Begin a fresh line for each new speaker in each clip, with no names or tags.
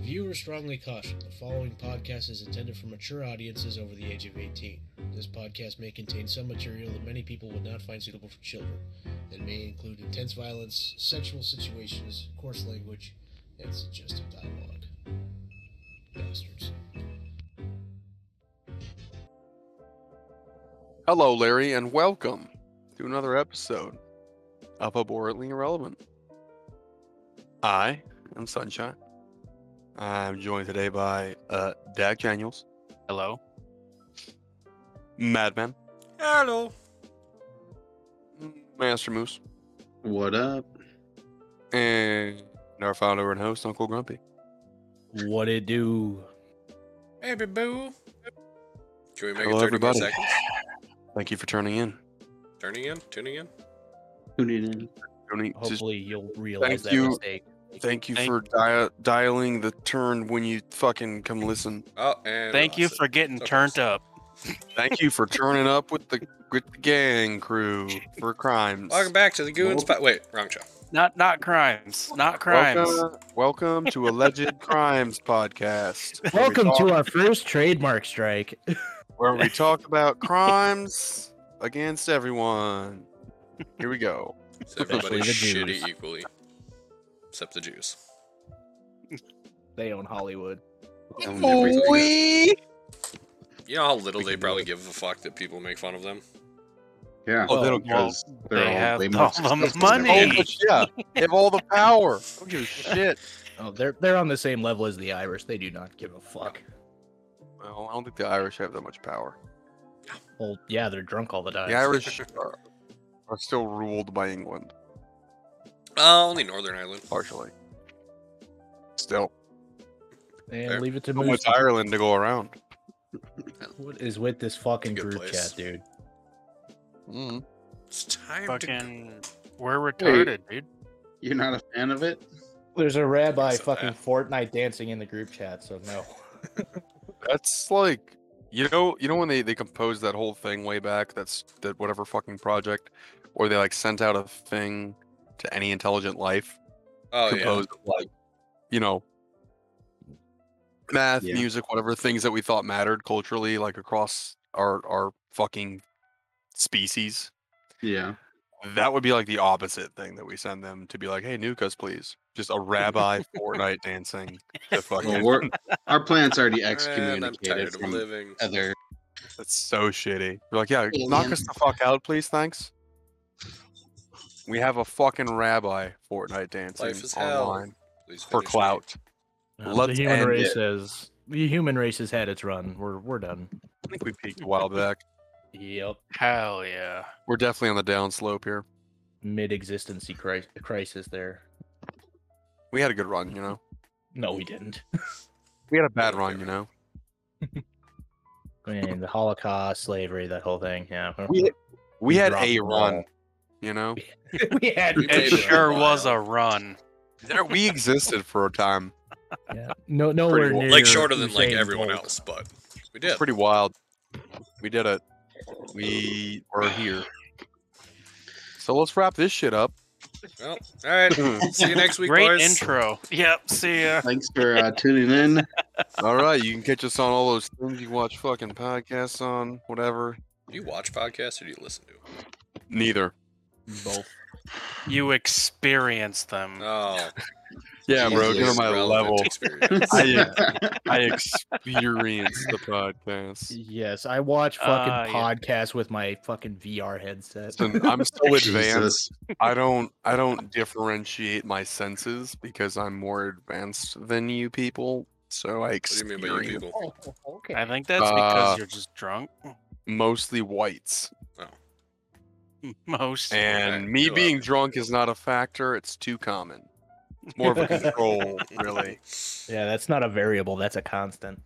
You are strongly cautioned the following podcast is intended for mature audiences over the age of 18. This podcast may contain some material that many people would not find suitable for children, and may include intense violence, sexual situations, coarse language, and suggestive dialogue. Bastards.
Hello, Larry, and welcome to another episode of Abhorrently Irrelevant. I am Sunshine. I'm joined today by uh, Dag Daniels,
Hello.
Madman,
Hello.
Master Moose,
What up?
and our founder and host, Uncle Grumpy.
What it do?
Baby boo.
Can we make
Hello,
it 30
everybody.
more seconds?
Thank you for turning in.
Turning in? Tuning in?
Tuning in.
Tony, just
Hopefully you'll realize
thank
that
you.
mistake.
thank you
Thank-
for dia- dialing the turn when you fucking come listen.
Oh, and
Thank
we
you
lost
for
it.
getting
Okay.
turned up.
Thank you for turning up with the with the gang crew for crimes.
Welcome back to the Goons.
Nope.
Po- Wait, wrong show.
Not not crimes. Not crimes.
Welcome, welcome to Alleged Crimes Podcast. where we
Welcome
talk-
to our first trademark strike.
where we talk about crimes against everyone. Here we go.
So everybody's
Especially the
shitty
Jews.
equally, except the Jews.
They own Hollywood.
And
Oh,
everything is-
we- You know how little
We
they
can do
probably
it.
give a fuck that people make fun of them.
Yeah.
Oh, they
Well,
don't care.
because they're
they
all
have
way more
all
successful
the
than
All
money.
the- yeah, they have all the power. I Don't give a shit.
Oh, they're they're on the same level as the Irish. They do not give a fuck.
Well, I don't think the Irish have that much power.
Well, yeah, they're drunk all the time.
The Irish are, are still ruled by England,
Uh, only Northern Ireland.
partially. Still,
and leave it to
so
Moose.
much Ireland to go around.
What is with this fucking
It's a good
group
place.
chat, dude?
Mm-hmm.
Mm.
It's time to.
Fucking, we're retarded, dude.
You're not a fan of it?
There's a rabbi
So fucking
fucking
bad.
Fortnite dancing in the group chat, so no.
That's like you know you know when they they composed that whole thing way back that's that whatever fucking project or they like sent out a thing to any intelligent life
Oh yeah.
composed of like you know math
Yeah.
music whatever things that we thought mattered culturally like across our our fucking species
Yeah.
that would be like the opposite thing that we send them to be like hey nuke us please just a rabbi fortnite dancing to
Well,
fucking
Oh, we're, our plan's already
And I'm tired
excommunicated
of
from
living.
other.
That's so shitty. You're like, yeah, knock
Alien.
us the fuck out, please, thanks. We have a fucking rabbi Fortnite dancing
Life is hell.
online
Please
for
finish me.
clout.
Uh, the
Let's
human
end
race
it.
has the human race has had its run. We're we're done.
I think we peaked a while back.
Yep.
Hell yeah.
We're definitely on the downslope here.
Mid existency crisis there.
We had a good run, you know.
No, we didn't.
We had a bad run, you know.
I mean, the Holocaust, slavery, that whole thing. Yeah.
We we had
dropped
a
the ball.
run, you know.
we had
We
It
made it.
sure was a run.
There we existed for a time.
yeah. no nowhere
well-
near
Like shorter than like
Usain
everyone
Bolt.
else, but we
It's
did.
pretty wild. We did it. We were here. So let's wrap this shit up.
Well, all right. See you next week,
Great
boys.
intro. Yep. See ya.
Thanks for uh, tuning in.
All right, you can catch us on all those things you watch fucking podcasts on, whatever.
Do you watch podcasts or do you listen to them?
Neither.
Both.
You experience them.
Oh,
Yeah, bro,
Jesus,
get on my
relevant
level.
experience.
I- I experience the podcast.
Yes, I watch fucking
Ah, yeah.
podcasts with my fucking VR headset.
Listen, I'm so advanced.
Jesus.
I don't I don't differentiate my senses because I'm more advanced than you people. So I
What do you mean by you
experience
people?
Oh, okay.
I think that's
Uh,
because you're just drunk.
mostly whites.
Most.
And
Okay,
me
you are.
being drunk is not a factor, it's too common. It's more of a control, really.
Yeah, that's not a variable. That's a constant.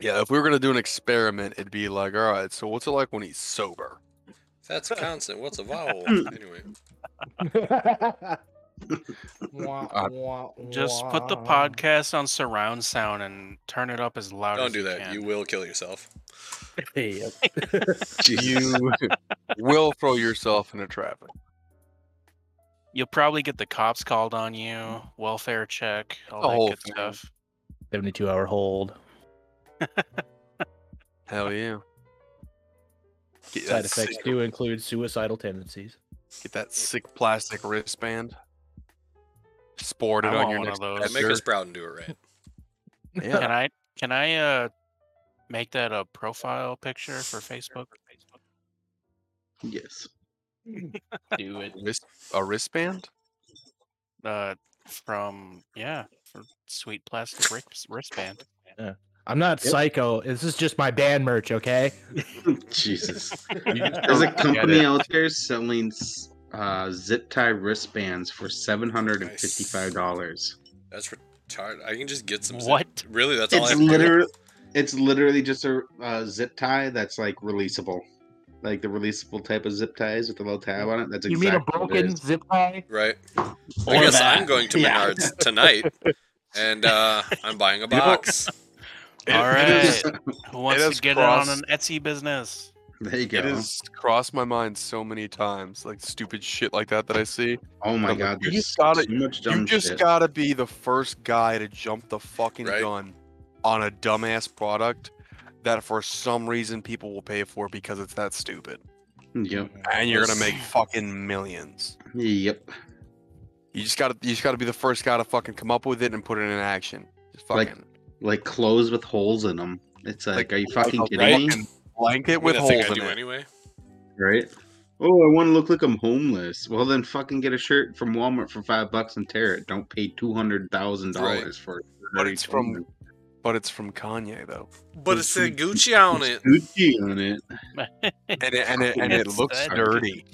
Yeah, if we were gonna do an experiment, it'd be like, all right, so what's it like when he's sober?
That's a constant. What's a vowel? Anyway,
Uh,
Just put the podcast on surround sound and turn it up as loud
don't
as
do
you
that.
can.
You will kill yourself.
Yep.
Jesus.
You will throw yourself into traffic.
You'll probably get the cops called on you, welfare check, all
The
that
whole
good
thing.
stuff.
72 hour hold.
Hell yeah. Get
Side
that
effects
sick-
do include suicidal tendencies.
Get that sick plastic wristband. Sport it
I
on
want
your
one
next
of those.
That make
Sure.
us proud and do it right.
Yeah.
Can I can I uh make that a profile picture for Facebook?
Yes.
Do it.
wrist, a wristband?
Uh, from yeah, for sweet plastic wrist, wristband.
I'm not
Yep.
psycho. This is just my band merch, okay?
Jesus. There's
There's
a company out there selling s- uh, zip tie wristbands for seven hundred and fifty-five dollars.
That's retarded. I can just get some. zip-
What?
Really? That's all I
It's
have to do?
literally, it's literally just a uh, zip tie that's like releasable, like the releasable type of zip ties with the little tab on it. That's
you mean a
exactly what it
broken
is.
zip tie?
Right.
Or
I guess
that.
I'm going to
Yeah.
Menards tonight, and uh, I'm buying a
know-
box.
All right, who wants
is
to get in
cross-
on an Etsy business?
There you go.
It has crossed my mind so many times, like stupid shit like that that I see.
Oh my
Like,
god,
you
there's
just gotta-
so much dumb
You just
shit.
gotta be the first guy to jump the fucking
Right.
gun on a dumbass product that for some reason people will pay for because it's that stupid.
Yep.
And you're gonna make fucking millions.
Yep.
You just gotta you just gotta be the first guy to fucking come up with it and put it in action. Just
Like,
fucking
Like clothes with holes in them. It's like, are you fucking
like a
kidding me?
fucking Blanket
I mean,
with
I think
holes
I
in
do
it.
anyway.
Right. Oh, I want to look like I'm homeless. Well, then fucking get a shirt from Walmart for five bucks and tear it. Don't pay two hundred thousand
Right.
dollars for it.
But it's from but it's from Kanye though,
But it said Gucci on it.
Gucci on it.
and it, and it, and it
It's
looks
that
dirty,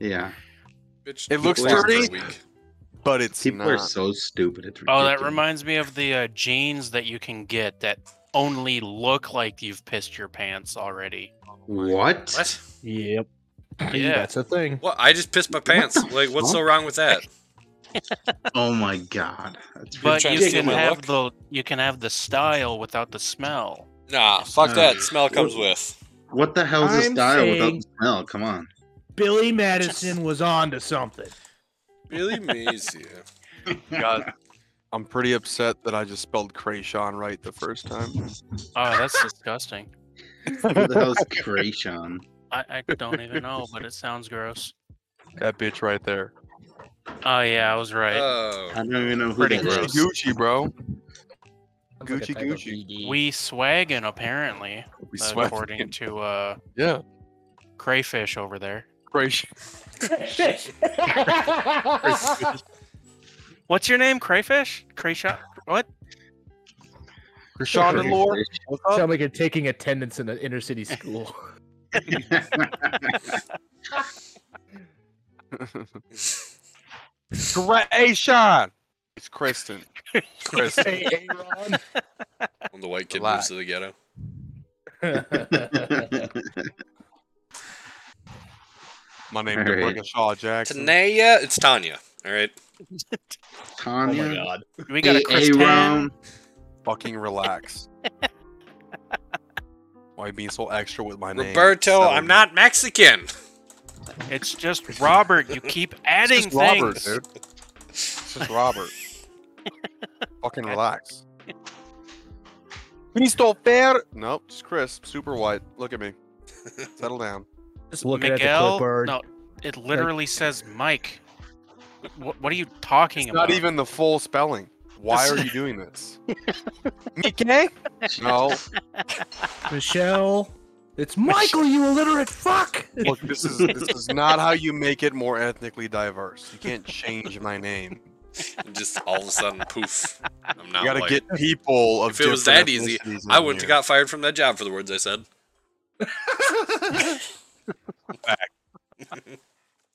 Yeah.
Bitch,
It looks
people are
dirty.
weak.
but it's
People
not.
are so stupid. It's
Oh,
ridiculous.
that reminds me of the uh, jeans that you can get that only look like you've pissed your pants already.
What?
What?
Yep.
Yeah.
That's a thing.
What? I just pissed my pants. like, what's so wrong with that?
Oh my god. That's
But
trying
you
to get
can
my
have
look?
the you can have the style without the smell.
Nah, fuck
Uh,
that. Smell comes with.
What the hell's this
I'm
style without
saying-
the smell? Come on.
Billy Madison was on to something.
Really Macy.
God, I'm pretty upset that I just spelled Krayshawn right the first time.
Oh, that's disgusting.
What the hell's Krayshawn?
I, I don't even know, but it sounds gross.
That bitch right there.
Oh yeah, I was right.
Uh,
Oh.
I don't even know who
Pretty
that
gross.
is.
Gucci, bro.
Sounds like a
Gucci,
type of
Gucci.
BD.
we swaggin' apparently,
We sweat.
according to uh,
Yeah,
crayfish over there.
Craysh.
What's your name, crayfish? Crayshot? What?
Krayshawn and Lore. What's up?
Sound like you're taking attendance in an inner city school.
Oh
Krayshawn. It's Kristen. Kristen.
hey,
Oh
Aaron.
When the white kid
Lie.
moves to the ghetto.
My name
All
is
right.
Rebecca Shaw Jackson.
Tanaya, it's Tanya. All right.
Tanya.
We got a Chris
Aaron.
Fucking relax. Why you being so extra with my name?
Roberto,
Settle
I'm
it.
not Mexican.
It's just Robert. You keep adding
It's just Robert,
things.
dude. It's just Robert. Fucking relax. Cristo Fair. Nope, it's crisp, super white. Look at me. Settle down.
Just looking at the
Miguel.
clipboard.
No, it literally says Mike. What, what are you talking
It's
about?
not even the full spelling. Why are you doing this? Mike? No.
Michelle. It's Michael, you illiterate fuck.
Look, this is this is not how you make it more ethnically diverse. You can't change my name.
And just all of a sudden, poof. I'm not
you gotta
white.
get people of
If it was
different
that easy,
ethnicities
I
in
wouldn't have
here.
got fired from that job for the words I said.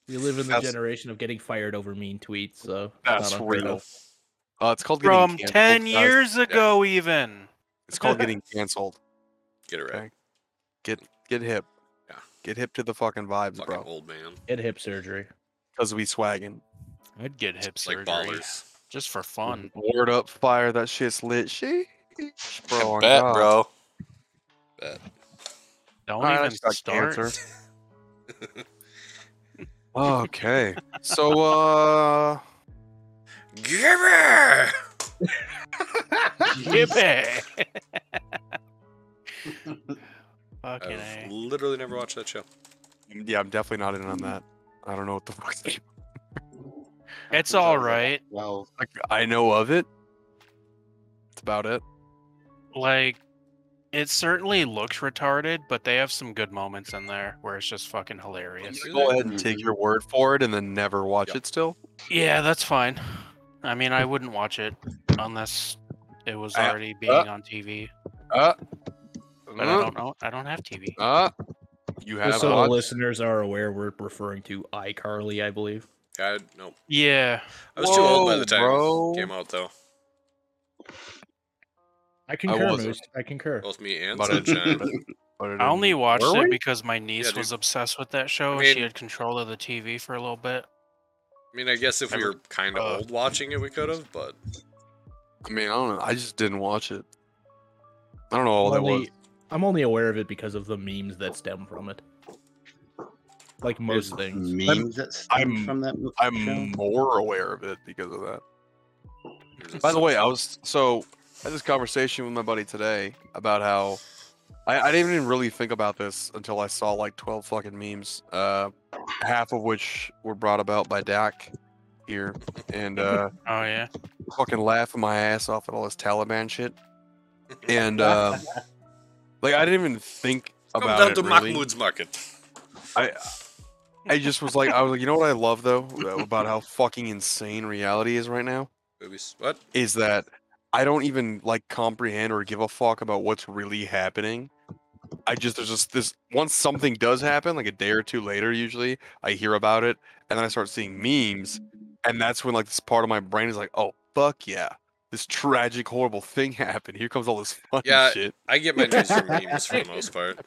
We live in the
That's-
generation of getting fired over mean tweets, so
That's
not unheard
real.
of.
Uh, it's called getting
from
canceled,
ten
guys.
years ago, even.
It's called getting canceled.
Get it right.
Okay. Get get hip.
Yeah.
Get hip to the fucking vibes,
Fucking
bro.
old man.
Get hip surgery.
Because we swagging.
I'd get hip surgery
Like ballers.
just for fun.
Word up, fire. That shit's lit. She. Bro, on
Bet,
God.
bro.
Don't
Alright, I
even
just got
start.
cancer. Okay. So, uh,
Gibber!
Give it. Fucking A.
I've literally never watched that show.
yeah, I'm definitely not in on that. I don't know what the fuck.
It's all right.
Well,
Like, I know of it. That's about it.
Like, it certainly looks retarded, but they have some good moments in there where it's just fucking hilarious.
Do
Go
they?
ahead and take your word for it, and then never watch
Yeah.
it. Still,
Yeah, that's fine. I mean, I wouldn't watch it unless it was
Uh,
already being
uh,
on TV.
uh,
But I don't know. I don't have TV.
uh, you have
Just so the
watched-
listeners are aware, we're referring to iCarly, I believe.
God, no.
Yeah.
I was too old by
Whoa,
the time
bro.
it came out, though.
I concur,
wasn't.
Moose. I concur.
Both me and
But it-
Sunshine.
but- but it
I only
didn't-
watched
um, Were we?
it because my niece
dude.
was obsessed with that show. and she
mean-
had control of the TV for a little bit.
I mean, I guess if we were kind of
uh,
old watching it, we could have, but
I mean, I don't know. I just didn't watch it. I don't know all Oh, that
I'm
was.
only- I'm only aware of it because of the memes that stem from it. Like most things.
memes that stem
I'm-
from that. mo-
I'm
show?
more aware of it because of that.
There's a
By the way, I was so I had this conversation with my buddy today about how I, I didn't even really think about this until I saw like twelve fucking memes, uh, half of which were brought about by Dak here, and uh,
Oh yeah.
fucking laughing my ass off at all this Taliban shit, and um, like I didn't even think
Come
about
down
it.
to
really.
Mahmoud's Market.
I I just was like I was like, you know what I love though about how fucking insane reality is right now
Movies. What?
is that I don't even like comprehend or give a fuck about what's really happening. I just there's just this once something does happen, like a day or two later, usually I hear about it and then I start seeing memes, and that's when like this part of my brain is like, oh fuck yeah, this tragic horrible thing happened. Here comes all this funny
Yeah,
shit
I get my news from memes for the most part.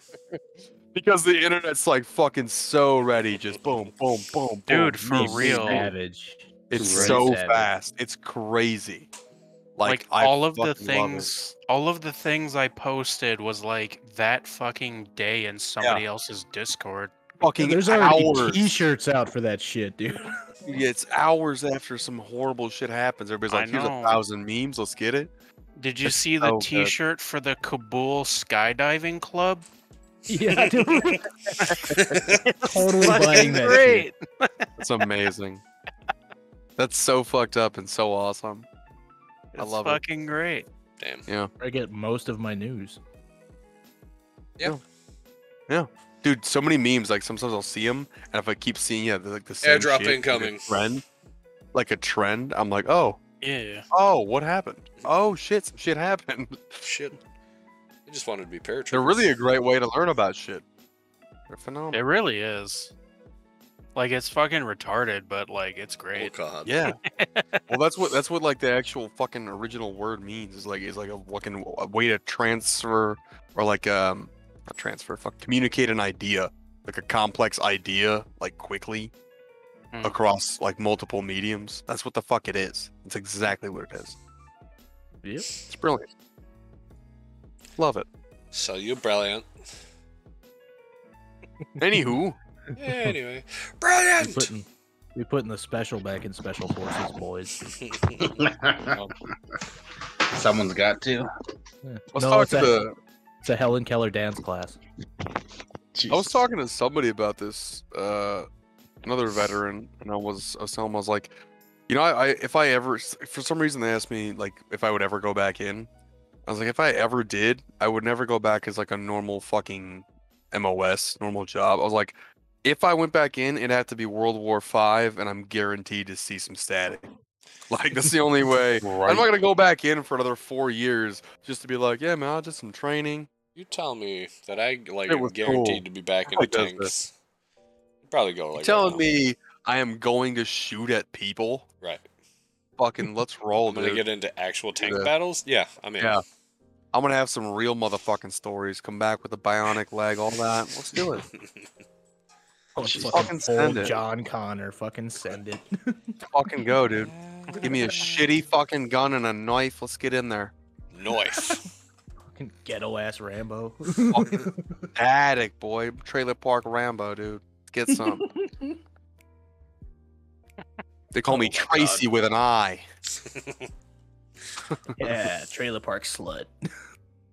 because the internet's like fucking so ready, just boom, boom, boom, boom.
Dude, for
memes,
real.
memes.
Savage.
It's
Right.
so
Savage.
fast. It's crazy.
Like,
I
all of
fucking
the
love it.
things, all of the things I posted was like that fucking day in somebody else's Discord.
fucking
There's already
hours.
t-shirts out for that shit, dude.
Yeah, it's hours after some horrible shit happens. Everybody's
I
like, "Here's a
know.
thousand memes. Let's get it."
Did you
It's
see the
so good.
T-shirt for the Kabul skydiving club?
yeah, dude. totally buying that shit.
It's amazing. That's so fucked up and so awesome. I
It's
love it.
fucking great.
Damn.
Where I get most of my news.
Dude, so many memes. Like sometimes I'll see them, and if I keep seeing yeah, like the same
Airdrop
shit, like a
incoming.
trend, like a trend. I'm like, oh,
Yeah.
oh, what happened? Oh shit, some shit happened.
Shit. I just wanted to be paratroopers.
They're really a great way to learn about shit. They're
It
phenomenal.
really is. Like it's fucking retarded, but like it's
Oh,
great.
God.
Yeah. well, that's what that's what like the actual fucking original word means is like is like a fucking w- a way to transfer or like um not transfer fuck communicate an idea like a complex idea like quickly
Hmm.
across like multiple mediums. That's what the fuck it is. It's exactly what it is.
Yep.
It's brilliant. Love it.
So you're brilliant.
Anywho,
Anyway.
We
Brilliant!
putting we putting the special back in special forces, boys.
Someone's got to.
Yeah.
let's
No,
talk
it's
to
a-
the
It's a Helen Keller dance class.
I
Oh,
was talking to somebody about this, uh, another veteran, and I was I was telling him I was like, you know, I, I if I ever if for some reason they asked me like if I would ever go back in, I was like, if I ever did, I would never go back as like a normal fucking MOS, normal job. I was like, if I went back in, it'd have to be World War Five, and I'm guaranteed to see some static. Like that's the only way. I'm not gonna go back in for another four years just to be like, yeah, man, I did some training.
You tell me that I like
It
am
was cool.
guaranteed to be back in
Probably does
tanks. Probably go like uh,
you
right
telling
now.
me I am going to shoot at people?
right.
Fucking let's roll,
I'm gonna
dude.
get into actual tank
Yeah.
battles. Yeah, I'm in.
Yeah. I'm gonna have some real motherfucking stories. Come back with a bionic leg, all that. Let's do it.
Oh,
Just fucking
fucking
send
old
it.
John Connor, fucking send it.
fucking go, dude. Give me a shitty fucking gun and a knife. Let's get in there.
Knife.
fucking ghetto ass Rambo.
Fucking addict boy, trailer park Rambo, dude. Let's get some. They call me
Oh my God.
Tracy with an I.
Yeah, trailer park slut.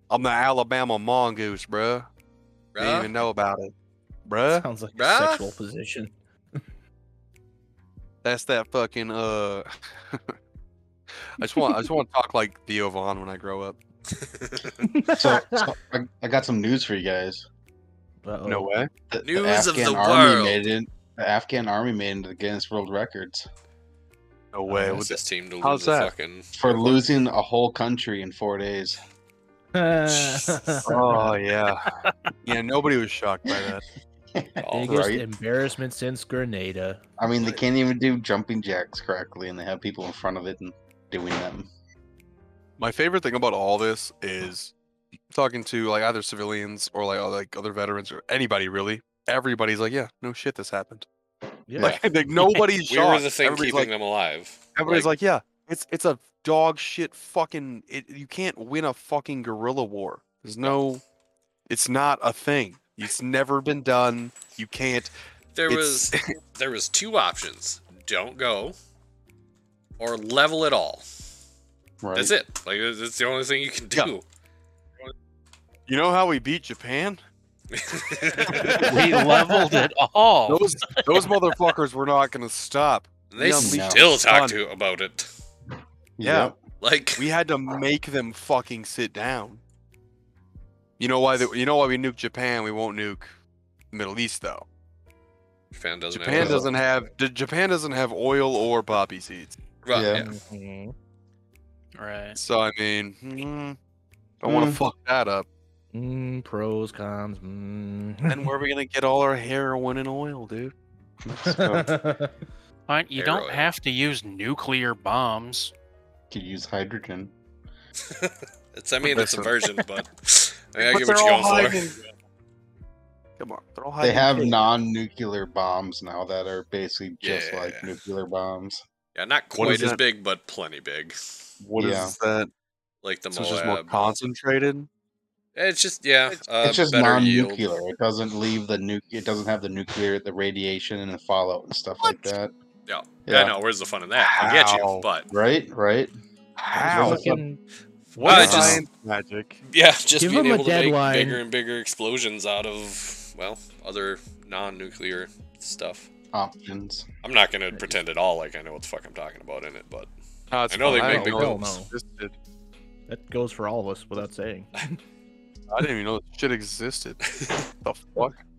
I'm the Alabama mongoose, bruh. Didn't even
Bruh.
know about it, bruh.
Sounds like a
Bruh.
sexual position.
That's that fucking uh. I just want I just want to talk like Theo Vaughn when I grow up.
So, so I, I got some news for you guys.
Uh-oh.
No way.
The, the
News of the
Army
world.
Made it in, the Afghan army made into the Guinness World Records
No way.
What's
What the-
this team to lose
how's
a
that?
fucking
for losing a whole country in four days.
oh yeah. Yeah. Nobody was shocked by that.
all
Biggest
right.
embarrassment since Grenada.
I mean, they can't even do jumping jacks correctly, and they have people in front of it and doing them.
My favorite thing about all this is talking to like either civilians or like, like other veterans or anybody really. Everybody's like, yeah, no shit, this happened.
Yeah.
Like, like nobody's
We
shocked.
were the thing
everybody's
keeping
like,
them alive.
everybody's like, yeah, it's it's a dog shit fucking. It, you can't win a fucking guerrilla war. There's no, it's not a thing. It's never been done. You can't.
There
It's-
was there was two options: don't go, or level it all.
Right?
That's it. Like that's the only thing you can do.
You know how we beat Japan?
we leveled it all.
Oh.
Those those motherfuckers were not gonna stop.
they
Yeah,
we-
still talk
Fun.
to you about it.
Yeah.
Yep.
Like
We had to make them fucking sit down. You know why? The, you know why we nuke Japan? We won't nuke the Middle East though.
Japan doesn't.
Japan
have
doesn't have d- Japan doesn't have oil or poppy seeds.
Right,
Yeah.
yeah.
Mhm.
Right.
So I mean, mm, don't want to
Hmm.
Mm.
fuck that up.
Mm, pros, cons. Mm.
Then where are we gonna get all our heroin and oil, dude?
But you
Arrow.
don't have to use nuclear bombs.
Could use hydrogen.
It's. I mean, it's a
Listen.
version, but I mean, I
But
get
they're
what you're
all
going for.
hiding- Come on, they're all
They
hiding
have
shit.
non-nuclear bombs now that are basically just
Yeah.
like nuclear bombs.
Yeah, not
What
quite
is
as
that?
big, but plenty big.
What is
yeah.
that?
Like the
So it's just more
Moab.
concentrated.
It's just yeah. Uh,
it's just
better yield.
non-nuclear. It doesn't leave the nuke. It doesn't have the nuclear, the radiation, and the fallout and stuff like that.
Yeah.
Yeah.
I know. Where's the fun in that? I get
Wow.
you, but
Right. Right.
How?
Fucking-
Well, I
What
just-
science magic?
yeah, just
Give
being
'em a
able to
deadline.
make bigger and bigger explosions out of well other non-nuclear stuff.
Options.
I'm not gonna pretend at all like I know what the fuck I'm talking about in it, but
No, it's
I know they
fine.
make
don't
big
know
ones.
it existed.
That goes for all of us without saying.
I didn't even know this shit existed. the fuck?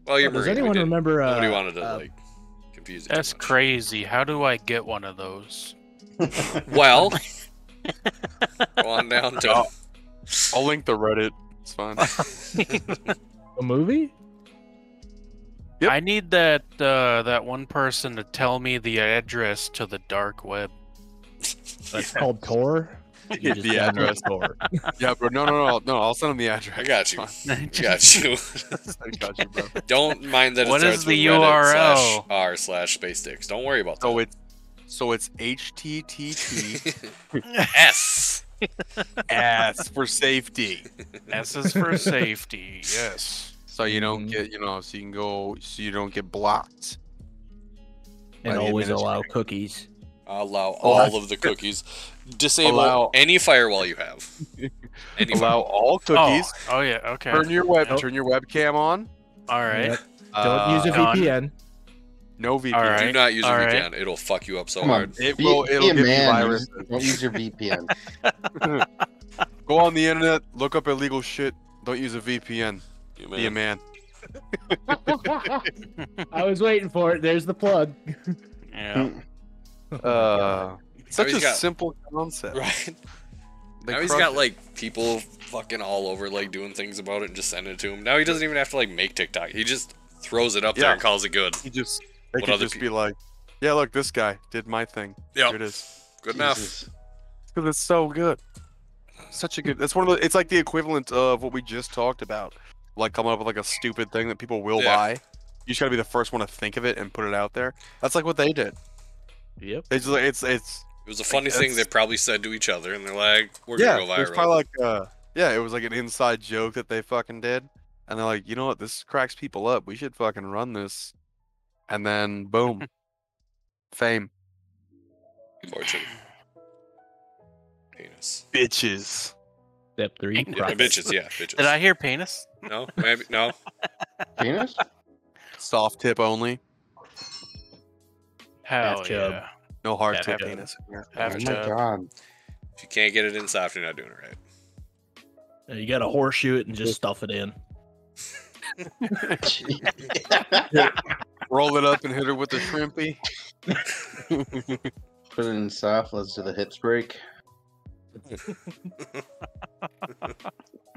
well, you're Marine,
Does
we
anyone
did.
remember? Uh,
Nobody wanted to
uh,
like confuse it. too
That's
much.
crazy. How do I get one of those?
Well, go on down to
I'll link the Reddit. It's fine.
a movie?
Yep.
I need that uh, that one person to tell me the address to the dark web.
That's called Tor. You just
the
download
address.
Tor.
Yeah, bro. No, no, no, no. I'll send him the address.
I got you.
It's
I got you.
fine. I got you, bro.
Don't mind that.
What
it starts
is the
with Reddit slash
URL?
r slash space sticks. Don't worry about
So it's so it's HTTP
that. S.
S for safety.
S is for safety. Yes.
So you don't
Mhm.
get you know so you can go so you don't get blocked.
and
the
always allow
administrator.
cookies.
Allow
that's-
all of the cookies. Disable
Allow-
any firewall you have. Any firewall.
Allow all cookies.
Oh, oh yeah. Okay.
Turn your web
Nope.
turn your webcam on.
All right.
Yep. Don't use a
Uh,
Done.
VPN.
no VPN.
All
Do
right.
not use a
all right.
VPN. It'll fuck you up so
Come on.
hard.
It
Be-
will
be
it'll
a
give you
man,
viruses.
use- Don't use your VPN.
Go on the internet, look up illegal shit. Don't use a VPN.
You
Be a
man.
man.
I was waiting for it. There's the plug.
Yeah.
Uh, such
he's
a
got-
simple concept.
Right.
They
now he's
crushed
got
it.
like people fucking all over, like doing things about it and just sending it to him. Now he doesn't even have to like make TikTok. He just throws it up
Yeah.
there and calls it good.
he just they
What
could
other
just
peo-
be like, yeah, look, this guy did my thing.
Yeah.
Here it is.
Good
Jesus.
Because it's so good. Such a good. That's one of the. It's like the equivalent of what we just talked about. Like coming up with like a stupid thing that people will
Yeah.
buy. You just gotta be the first one to think of it and put it out there. That's like what they did.
Yep.
It's like- it's it's
It was a funny thing
that's-
they probably said to each other, and they're like, "We're
yeah.
gonna go
It was
viral."
probably like uh yeah. It was like an inside joke that they fucking did, and they're like, you know what, this cracks people up. We should fucking run this, and then boom, fame.
Fortune. Penis.
Bitches.
Step three.
Yeah,
Yeah,
profit.
bitches, yeah, bitches.
Did I hear penis?
No, maybe no.
Penis?
Soft tip only.
Hell
Bathtub.
yeah.
No hard
Yeah,
tip
yeah.
penis.
Oh my
Bathtub.
god.
If you can't get it in soft, you're not doing it right.
You gotta horseshoe it and just stuff it in.
Roll it up and hit her with the shrimpy.
Put it in soft. Let's do the hips break.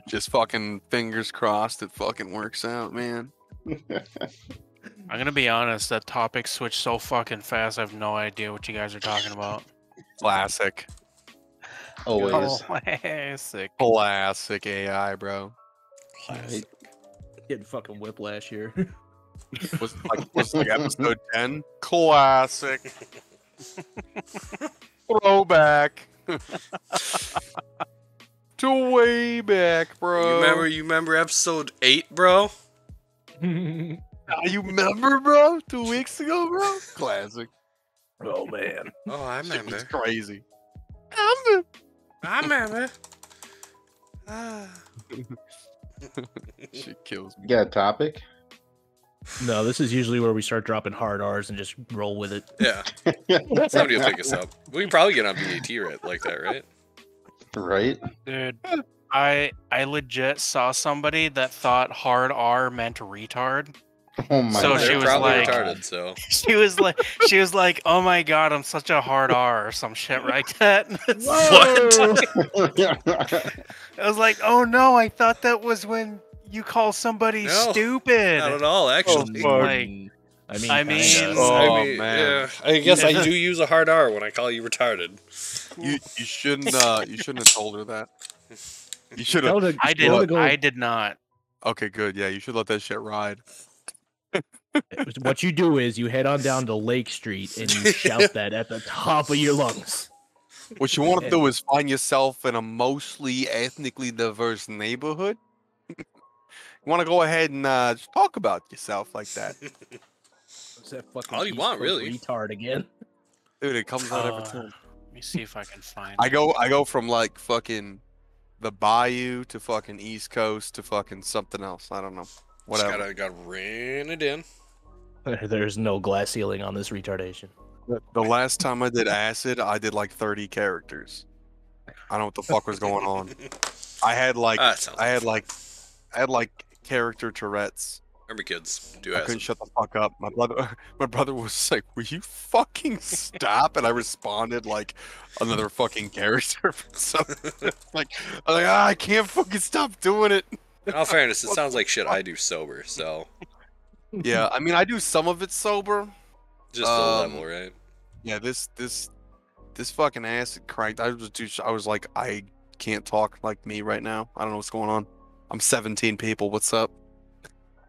Just fucking fingers crossed it fucking works out, man.
I'm gonna be honest. That topic switched so fucking fast. I have no idea what you guys are talking about.
Classic.
Always.
Oh. Classic.
Classic AI, bro.
Right.
Getting fucking whiplash here.
Was like was like episode ten. Classic. Throwback. to way back, bro.
You remember you remember episode eight, bro?
Ah, you remember, bro? Two weeks ago, bro. Classic.
oh man.
Oh, I
Shit was
remember.
crazy.
I remember.
Shit kills me.
You got a topic?
No, this is usually where we start dropping hard R's and just roll with it.
Yeah. Somebody will pick us up. We can probably get on BAT right like that, right?
Right?
Dude, I I legit saw somebody that thought hard R meant retard.
Oh my
So
god.
she
They're
was
probably
like-
retarded, so
She was like, she was like, oh my god, I'm such a hard R or some shit like that. I was like, oh no, I thought that was when you call somebody
No,
stupid.
not at all, actually.
Oh, fuck.
Like,
I mean,
I
kinda.
mean-
Oh,
I mean,
man.
yeah, I guess I do use a hard R when I call you retarded.
You you shouldn't uh you shouldn't have told her that. You should have.
Tell the-
I
tell the
did.
girl-
I did not.
Okay, good. Yeah, you should let that shit ride.
what you do is you head on down to Lake Street and you shout that at the top of your lungs.
What you want to do is find yourself in a mostly ethnically diverse neighborhood. you want to go ahead and uh, just talk about yourself like that,
What's that fucking
All you
East
want,
Coast
really.
Retard again.
dude. It comes out
Oh,
every
Uh,
time.
Let me see if I can find.
I go, I go from like fucking the bayou to fucking East Coast to fucking something else. I don't know.
Just
Whatever.
gotta gotta rein it in.
There- There's no glass ceiling on this retardation.
The last time I did acid, I did like 30 characters. I don't know what the fuck was going on. I had like
Ah, that sounds
I had
fun.
like I had like character Tourette's.
Remember, kids, do
I couldn't
acid.
shut the fuck up. My brother, my brother was like, "Will you fucking stop?" And I responded like another fucking character. So like I'm like, ah, I can't fucking stop doing it.
In all fairness, it sounds like shit I do sober, so
Yeah, I mean, I do some of it sober.
just
Um,
the level, right?
Yeah, this this this fucking acid cranked. I was too. sh- I was like, I can't talk like me right now. I don't know what's going on. I'm 17 people. What's up?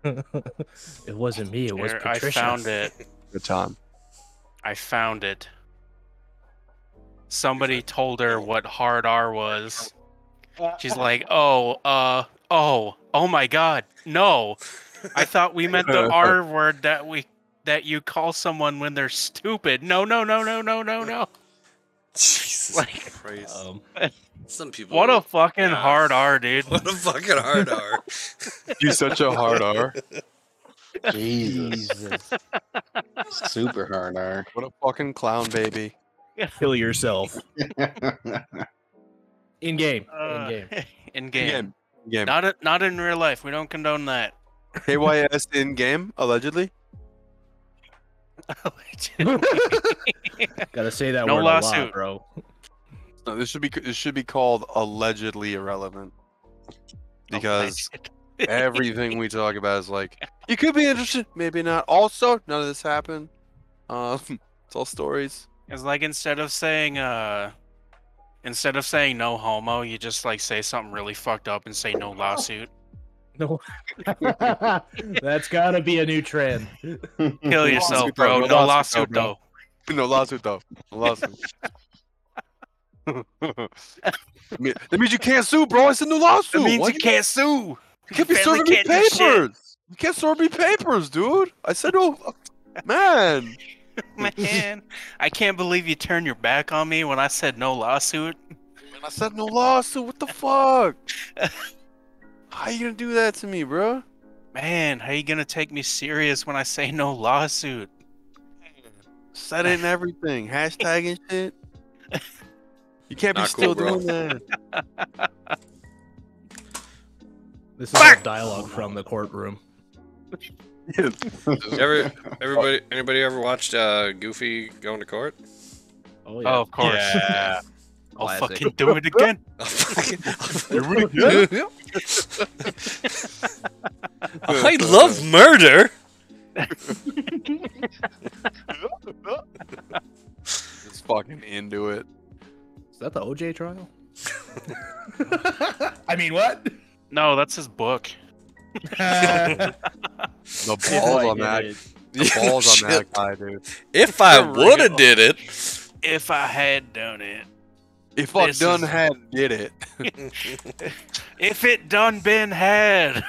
it wasn't me. It was
Here, I
Patricia.
found it.
Good time.
I found it. Somebody told her what hard R was. She's like, "Oh, uh, oh, oh my God, no! I thought we meant the R word that we that you call someone when they're stupid. No, no, no, no, no, no, no.
Jesus
Like-
Christ!
Um,
Some people.
What a fucking
Yeah.
hard R, dude.
what a fucking hard R.
You such a hard R.
Jesus. Super hard R.
What a fucking clown, baby.
kill yourself in game.
Uh,
in game.
in game,
Game.
not a, not in real life. We don't condone that.
KYS in game allegedly.
Gotta say that
No
word a
lawsuit.
lot, bro.
No, this should be this should be called allegedly irrelevant because everything we talk about is like you could be interested, maybe not. Also, none of this happened. Um, it's all stories.
It's like instead of saying uh instead of saying no homo, you just like say something really fucked up and say
Oh.
no lawsuit.
No, that's gotta be a new trend.
Kill yourself,
lawsuit,
bro.
though. No
No
lawsuit,
lawsuit
though,
though.
No lawsuit though. No lawsuit. I mean, that means you can't sue, bro. It's a new lawsuit.
That means
Why
you can't sue.
You can't be
Family
serving me
can't do shit.
papers. You can't serve me papers, dude. I said, oh, uh, man.
Man, I can't believe you turned your back on me when I said no lawsuit.
Man, I said no lawsuit. What the fuck? How you gonna do that to me, bro?
Man, how you gonna take me serious when I say no lawsuit?
Said it and everything. Hashtag and shit. You can't be
Not
still
cool, bro.
doing that.
This is all dialogue from the courtroom.
Ever, everybody, anybody ever watched uh, Goofy going to court?
Oh
Oh, of course.
Yeah.
I'll
Classic.
fucking do it again.
I love murder.
Just fucking into it.
Is that the OJ trial? I mean, what?
No, that's his book.
The balls on that. The balls on
Shit.
that guy, dude.
If I
For
would have
real.
did it,
If I had done it,
If I
This
done
is-
had did it,
if it done been had,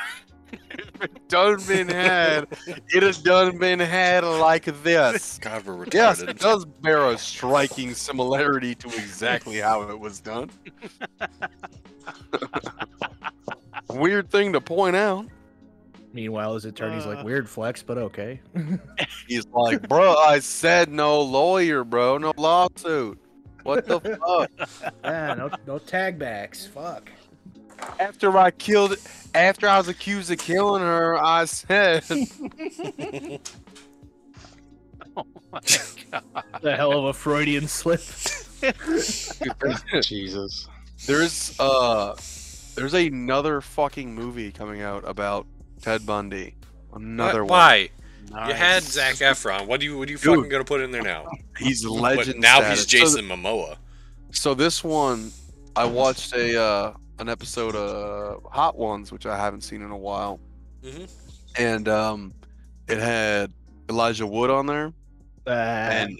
done been had, it has done been had like this.
God, we're retarded.
Yes, it does bear a striking similarity to exactly how it was done. Weird thing to point out.
Meanwhile, his attorney's
Uh.
like, weird flex, but okay.
He's like, bro, I said no lawyer, bro, no lawsuit. What the fuck?
Ah, no, no tag backs. Fuck.
After I killed, after I was accused of killing her, I said,
The hell of a Freudian slip.
Jesus.
there's uh, there's another fucking movie coming out about Ted Bundy. Another
Why?
one.
Why? You
Nice.
had Zach Efron. What do you? What do you
Dude.
fucking gonna put in there now?
He's
But
legend.
now he's
status. So th-
Jason Momoa.
So this one, I watched a uh, an episode of Hot Ones, which I haven't seen in a while,
Mhm.
and um, it had Elijah Wood on there.
Uh,
And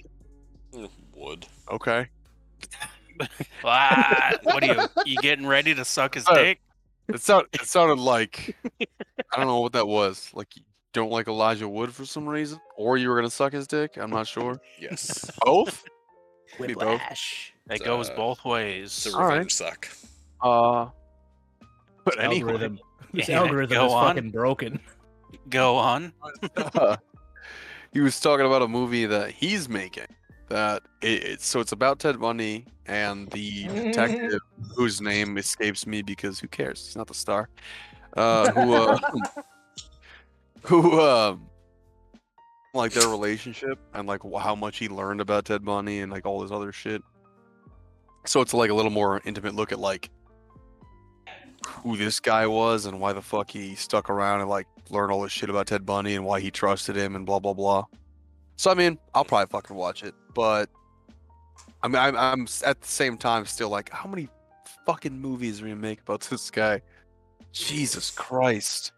Wood.
okay,
What? What are you? You getting ready to suck his
Oh.
dick?
it sound it sounded like I don't know what that was. Like you don't like Elijah Wood for some reason, or you were gonna suck his dick. I'm not sure.
Yes.
Both. Could be both.
whiplash.
It
Uh,
goes both
It's a
ways.
revenge
All right.
suck.
Uh, but
This
anyway,
algorithm, this
Yeah,
algorithm
go
is
on.
fucking broken.
Go on.
uh, he was talking about a movie that he's making. That it, it- so it's about Ted Bundy and the detective whose name escapes me because who cares? He's not the star. Uh, who uh, who um like their relationship and like wh- how much he learned about Ted Bundy and like all this other shit. So it's like a little more intimate look at like who this guy was and why the fuck he stuck around and like learned all this shit about Ted Bundy and why he trusted him and blah blah blah. So I mean, I'll probably fucking watch it, but I mean, I'm, I'm s- at the same time still like, how many fucking movies are we gonna make about this guy? Jesus Christ!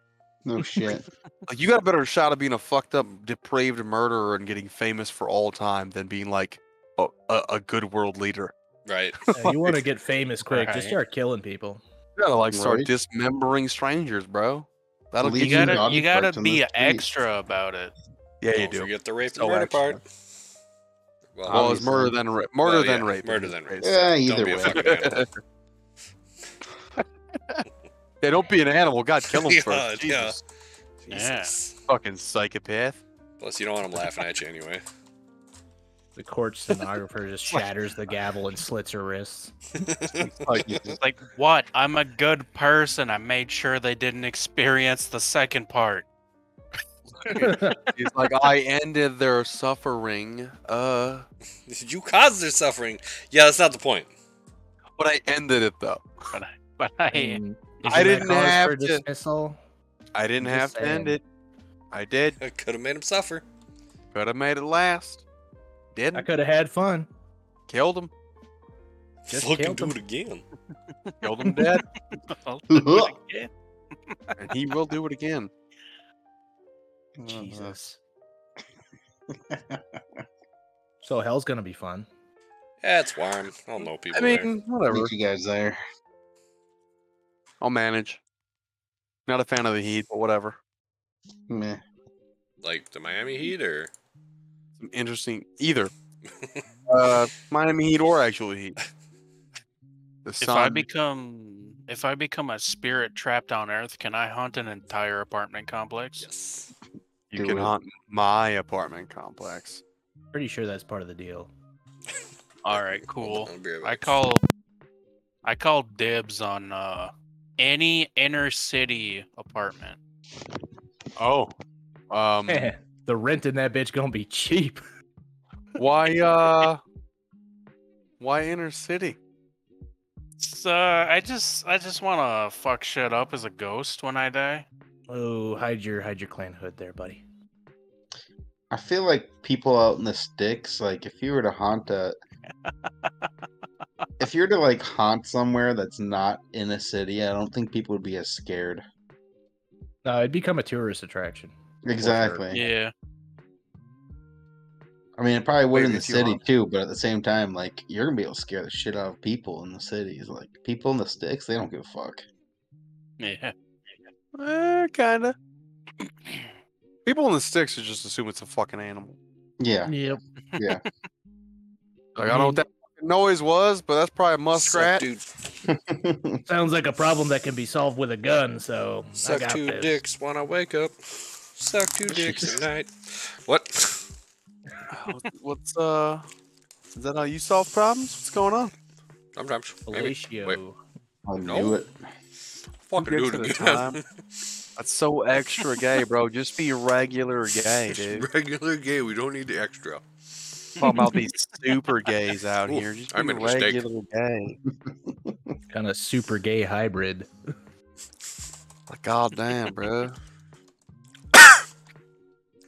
No shit.
Like, you got a better shot of being a fucked up, depraved murderer and getting famous for all time than being like a, a, a good world leader.
Right.
Yeah, you want to get famous quick,
Right.
just start killing people.
You gotta like start
Right.
dismembering strangers, bro. That'll
Leave
get
You
you.
Legion
gotta,
body
you gotta
parts on
be
the street.
extra about it.
Yeah, you
Don't
do.
Forget the rape and
No
murder
action.
part.
Well, it's
Obviously.
murder then ra- murder
Well,
then
yeah,
rape.
murder
is
than
rape.
yeah,
don't
either
be a
way.
fucking animal.
Yeah, don't be an animal. God, kill him
Yeah,
first.
yeah.
Jesus,
Yeah.
Jesus.
fucking psychopath.
Plus, you don't want him laughing at you anyway.
The court stenographer just shatters the gavel and slits her wrists.
It's like, what? I'm a good person. I made sure they didn't experience the second part.
He's like, I ended their suffering. Uh,
You caused their suffering. Yeah, that's not the point.
but I ended it though.
But I,
And
I
isn't
didn't
that cause
have
for
to-
dismissal.
I didn't
I'm
have
just
to end
saying.
it. I did.
I could have made him suffer.
Could have made it last.
I
Didn't.
could have had fun.
Killed him.
Just
Fucking
killed
do
him.
it again.
Killed him dead.
Huh.
and he will do it again. Uh-huh.
Jesus. so hell's gonna be fun.
Yeah, it's warm. I don't know people
I
there.
mean, whatever.
Meet you guys there.
I'll manage. Not a fan of the heat, but whatever.
Meh.
Like the Miami Heat or
Some interesting either. uh, Miami Heat or actual Heat. The
If I
Sun.
become if I become a spirit trapped on Earth, can I haunt an entire apartment complex?
Yes.
you can
Do it.
haunt my apartment complex.
Pretty sure that's part of the deal.
All right, cool.
I'll be right
I
back.
call I call dibs on uh any inner city apartment.
Oh. Um
the rent in that bitch gonna be cheap.
why uh why inner city?
So I just I just want to fuck shit up as a ghost when I die.
Oh, hide your hide your clan hood there, buddy.
I feel like people out in the sticks, like if you were to haunt a if you were to like haunt somewhere that's not in a city, I don't think people would be as scared.
No, Uh, it'd become a tourist attraction.
Exactly.
Yeah.
I mean it probably would
Wait,
in the
if you
city
haunt-
too, but at the same time, like you're gonna be able to scare the shit out of people in the cities. Like people in the sticks, they don't give a fuck.
Yeah.
Uh, kinda. People in the sticks should just assume it's a fucking animal.
Yeah.
Yep.
Like, I don't know what that fucking noise was, but that's probably a muskrat.
Suck,
yeah,
Sounds like a problem that can be solved with a gun, so
dude.
I
Suck
got
two
this.
dicks when I wake up. Suck two dicks at night. What?
What's- What's uh? Is that how you solve problems? What's going on?
Sometimes. Maybe.
Fellatio.
I
No.
knew it.
Fucking
Two
do
dicks
it
at a
again.
time. That's so extra gay, bro. Just be regular gay, dude.
Regular gay. We don't need the extra.
Talking about these super gays out
Oof,
here. Just
I
be
made a mistake.
regular gay.
Kind of super gay hybrid.
Like, God damn, bro.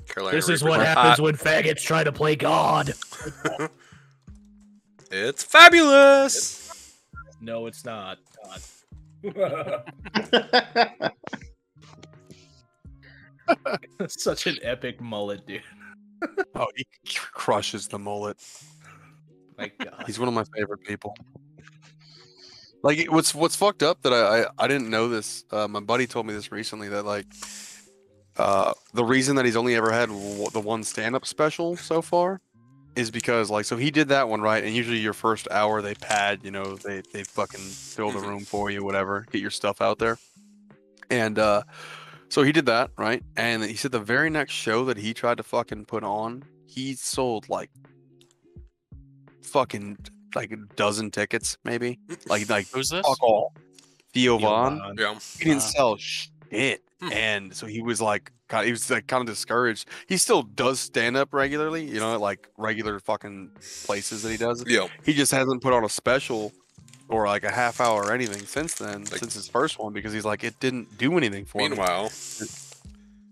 Carolina
This is
Reapers
what
are
happens
hot.
when faggots try to play God.
It's fabulous.
No, it's not. Such an epic mullet, dude.
Oh, he crushes the mullet.
My God.
He's one of my favorite people. Like it- what's what's fucked up that I I, I didn't know this. Uh, my buddy told me this recently that like uh, the reason that he's only ever had w- the one stand up special so far is because like so he did that one right and usually your first hour they pad you know they they fucking fill the Mm-hmm.
Mhm.
room for you whatever get your stuff out there and uh so he did that right and he said the very next show that he tried to fucking put on he sold like fucking like a dozen tickets maybe like like
Who's this?
fuck all Theo Von
uh,
Yeah.
he didn't
Wow.
sell shit.
Hmm.
And so he was like, kind he was like kind of discouraged. He still does stand up regularly, you know, at like regular fucking places that he does.
Yeah.
He just hasn't put on a special or like a half hour or anything since then,
Like-
since his first one, because he's like, it didn't do anything for him.
Meanwhile,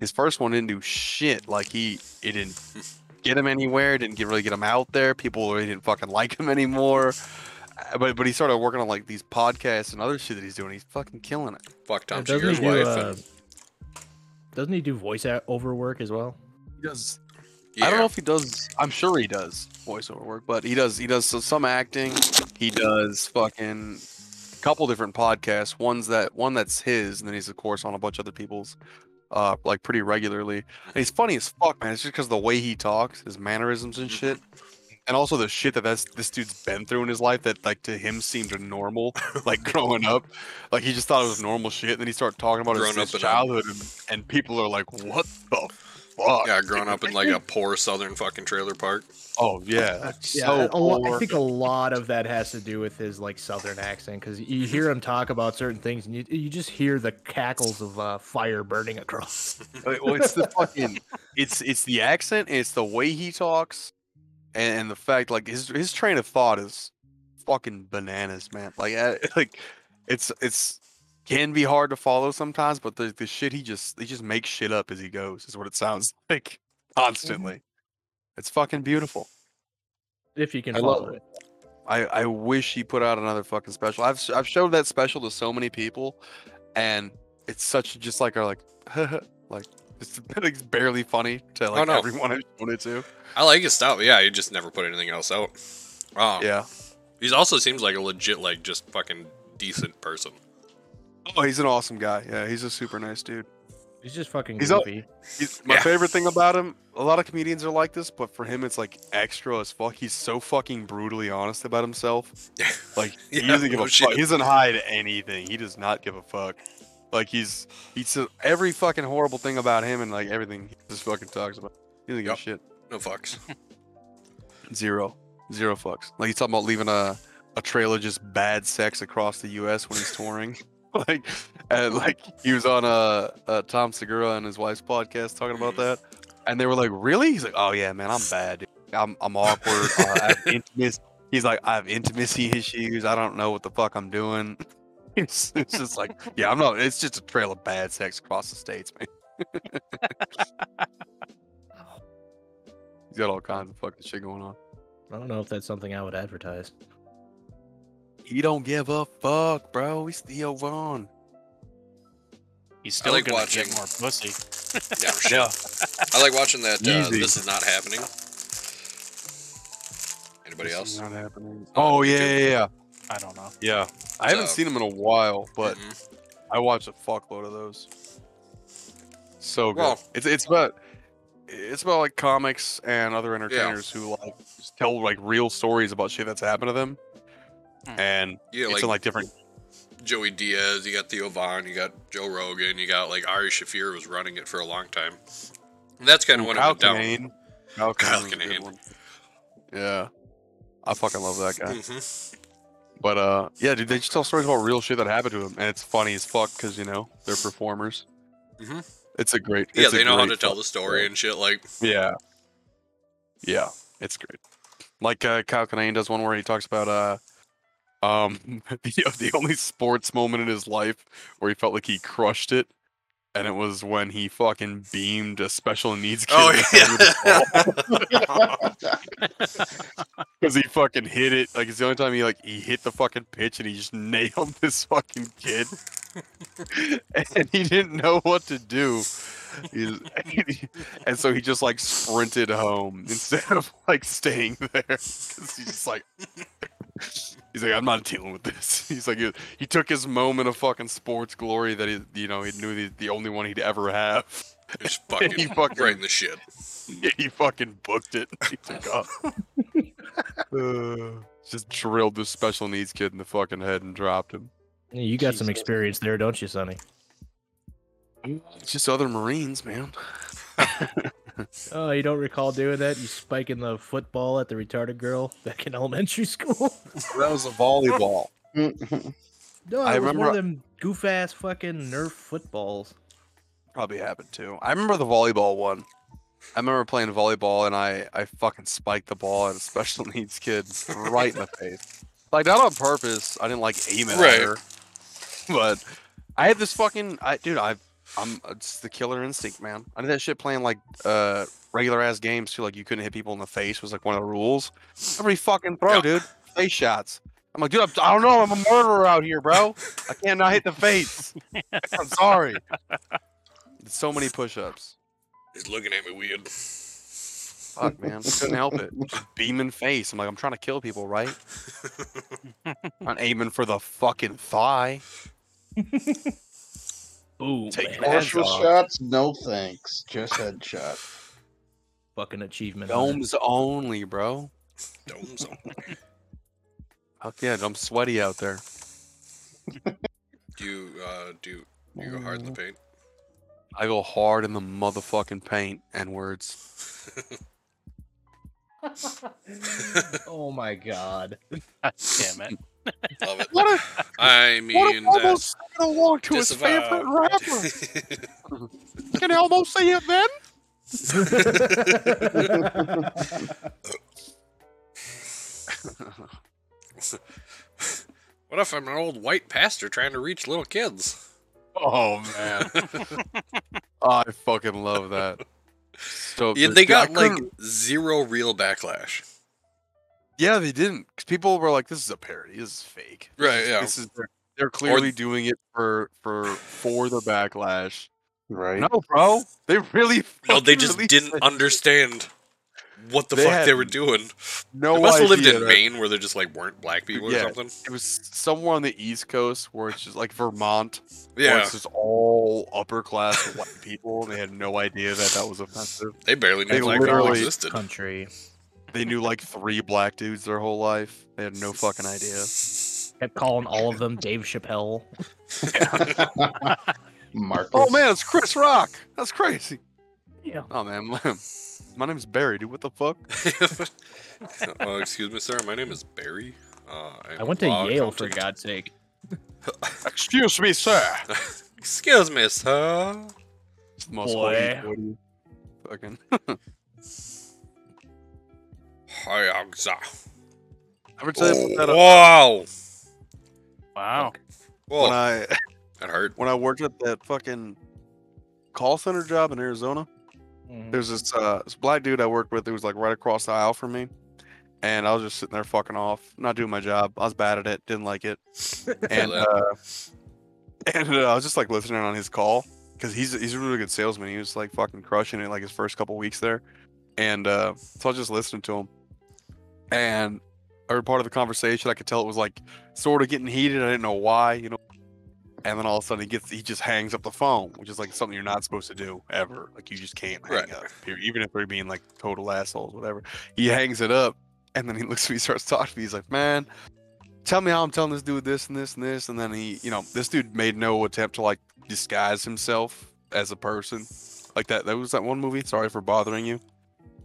His first one didn't do shit. Like he, it didn't
Hmm.
get him anywhere. Didn't get, really get him out there. People really didn't fucking like him anymore. Uh, But but he started working on like these podcasts and other shit that he's doing. He's fucking killing it.
fuck Tom
Doesn't he
Seeger's
do,
wife.
uh,
and,
doesn't he do voice a- over work as well?
He does
yeah.
I don't know if he does. I'm sure he does voiceover work, but he does. He does so- some acting. He does fucking couple different podcasts. One's that one that's his, and then he's of course on a bunch of other people's, uh, like pretty regularly. And he's funny as fuck, man. It's just because the way he talks, his mannerisms
Mm-hmm.
and shit, and also the shit that that's, this dude's been through in his life that like to him seemed normal, like growing up. Like he just thought it was normal shit, and then he started talking about his,
Grown up
his
and-
childhood, and, and people are like, "What the fuck?"
Yeah, growing up in like a poor southern fucking trailer park.
Oh yeah, like, so
Uh, a lo- I
poor.
think a lot of that has to do with his like southern accent because you hear him talk about certain things and you, you just hear the cackles of uh, fire burning across.
Like, well, it's the fucking it's it's the accent, it's the way he talks, and, and the fact like his his train of thought is fucking bananas, man. Like I, like it's it's can be hard to follow sometimes, but the the shit he just he just makes shit up as he goes is what it sounds like
Mm-hmm.
constantly. It's fucking beautiful.
If you can
I love
follow it,
I, I wish he put out another fucking special. I've s- I've showed that special to so many people, and it's such just like are like like it's, it's barely funny to like
no.
everyone I've shown it to.
I like his style. Yeah, he just never put anything else out.
Oh.
Um,
Yeah.
He also seems like a legit, like, just fucking decent person.
Oh, he's an awesome guy. Yeah, he's a super nice dude.
He's just fucking
He's all-
goofy.
He's, my
Yeah.
favorite thing about him, a lot of comedians are like this, but for him, it's like extra as fuck. He's so fucking brutally honest about himself. Like he
Yeah,
doesn't give
no
a
shit.
fuck. He doesn't hide anything. He does not give a fuck. Like he's he says every fucking horrible thing about him and like everything he just fucking talks about. He doesn't give
Yup.
a shit.
No fucks.
Zero. Zero fucks. Like he's talking about leaving a a trail of just bad sex across the U.S. when he's touring. like, and like he was on uh, uh Tom Segura and his wife's podcast talking about that, and they were like, "Really?" He's like, "Oh yeah, man, I'm bad. Dude. I'm I'm awkward. uh, I have intimacy." He's like, "I have intimacy issues. I don't know what the fuck I'm doing." It's, it's just like, yeah, I'm not. It's just a trail of bad sex across the states, man. He's got all kinds of fucking shit going on.
I don't know if that's something I would advertise.
He don't give a fuck, bro. He's Theo Vaughn.
He's still
like
gonna
watching-
get more pussy.
Yeah, for sure. I like watching that. Uh,
Easy.
this is not happening. Anybody
This
else?
is not happening. Oh yeah, yeah, yeah.
I don't know.
yeah. I haven't
Uh,
seen him in a while, but
Mhm.
I watched a fuckload of those. So good.
Well-
it's it's about it's about like comics and other entertainers who like just tell like real stories about shit that's happened to them,
Hmm.
and
yeah,
it's
like,
in like different.
Joey Diaz, you got Theo Vaughn, you got Joe Rogan, you got like Ari Shafir was running it for a long time. And that's kind of what I
Kyle
went down.
Kinane. Kyle
Kyle
Kinane's a good
Kinane.
one. Yeah, I fucking love that guy.
Mhm.
But uh, yeah, dude, they just tell stories about real shit that happened to them, and it's funny as fuck because you know they're performers.
Mhm.
It's a great.
Yeah,
it's a
they know how to
great
tell the story and shit. Like,
Yeah. Yeah, it's great. Like uh, Kyle Kinane does one where he talks about uh, um, the, the only sports moment in his life where he felt like he crushed it, and it was when he fucking beamed a special needs kid.
Oh,
Because he fucking hit it. Like it's the only time he like he hit the fucking pitch and he just nailed this fucking kid, and he didn't know what to do. He's- and so he just like sprinted home instead of like staying there 'Cause he's just like he's like i'm not dealing with this he's like he, he took his moment of fucking sports glory that he you know he knew the, the only one he'd ever have
just fucking,
He fucking-
right in the shit.
he fucking booked it he took off Uh, just drilled this special needs kid in the fucking head and dropped him
Yeah, You got some
Jesus.
experience there, don't you, Sonny?
it's just other marines man
Oh, you don't recall doing that? You spiking the football at the retarded girl back in elementary school?
that was a volleyball
No,
I
I remember one
remember-
of them goof ass fucking Nerf footballs.
Probably happened too. I remember the volleyball one. I remember playing volleyball and I, I fucking spiked the ball at a special needs kid right in the face. Like not on purpose. I didn't like aim it
Right.
at her. But I had this fucking I dude, I I'm it's the killer instinct, man. I did that shit playing like uh regular ass games too, like you couldn't hit people in the face was like one of the rules. Every fucking throw,
Yeah.
dude. Face shots. I'm like, dude, I'm, I don't know. I'm a murderer out here, bro. I cannot hit the face. I'm sorry. So many push-ups.
He's looking at me weird.
Fuck, man. I couldn't help it. Just beaming face. I'm like, I'm trying to kill people, right? I'm aiming for the fucking thigh.
Boom.
Take
man, that's
partial
Partial
all.
shots? No thanks. Just headshot.
Fucking achievement. hunter.
Domes only, bro.
Domes on.
Fuck yeah, I'm sweaty out there.
Do you, uh, do you, do you go hard in
Uh,
the paint?
I go hard in the motherfucking paint and words.
Oh my god.
God damn it.
Love it.
What
I
a, what
mean,
a almost gonna walk to his favorite
disavow.
rapper. Can almost see it then.
what if I'm an old white pastor trying to reach little kids?
Oh man, I fucking love that. So
Yeah,
good.
they
Dude, I
got like
couldn't-
zero real backlash.
yeah, they didn't. 'cause people were like, "This is a parody. This is fake." This
Right,
is-
yeah.
This is they're, they're clearly doing it for for for the backlash.
Right?
No, bro, they really.
No, they
fucking
just
released
didn't
it.
understand.
what the
They
fuck they
had
were doing.
No
they must have lived
idea
in
that-
Maine where there just like weren't black people
Yeah.
or something.
It was somewhere on the East Coast where it's just like Vermont, where
Yeah,
it's just all upper class white people, and they had no idea that that was offensive.
they barely knew
they
black people
literally-
existed.
country.
They knew like three black dudes their whole life. They had no fucking idea.
Kept calling all of them Dave Chappelle.
Marcus.
Oh man, it's Chris Rock. That's crazy.
Yeah.
Oh man, my name's Barry, dude. What the fuck?
uh, excuse me, sir. My name is Barry. Uh, am
I went
a
to
law
oh,
Yale for
accountant.
God's sake.
Excuse me, sir.
Excuse me, sir.
It's the most
Boy.
hoity-toity Fucking.
Hi, I'm Za.
Ever tell you
Oh,
about that, uh,
wow.
Wow.
when
Well,
I
that hurt.
when I worked at that fucking call center job in Arizona? There's this uh this black dude I worked with who was like right across the aisle from me. And I was just sitting there fucking off, not doing my job. I was bad at it, didn't like it. And
that.
uh, and uh, I was just like listening on his call because he's he's a really good salesman. He was like fucking crushing it like his first couple weeks there. And uh, so I was just listening to him. And every part of the conversation I could tell it was like sort of getting heated. I didn't know why, you know. And then all of a sudden he gets he just hangs up the phone, which is like something you're not supposed to do ever. Like you just can't hang
Right.
up. period, Even if they're being like total assholes, whatever. He hangs it up and then he looks at me, starts talking to me. He's like, Man, tell me how I'm telling this dude this and this and this. And then he, you know, this dude made no attempt to like disguise himself as a person. Like that, that was that one movie. Sorry for bothering you.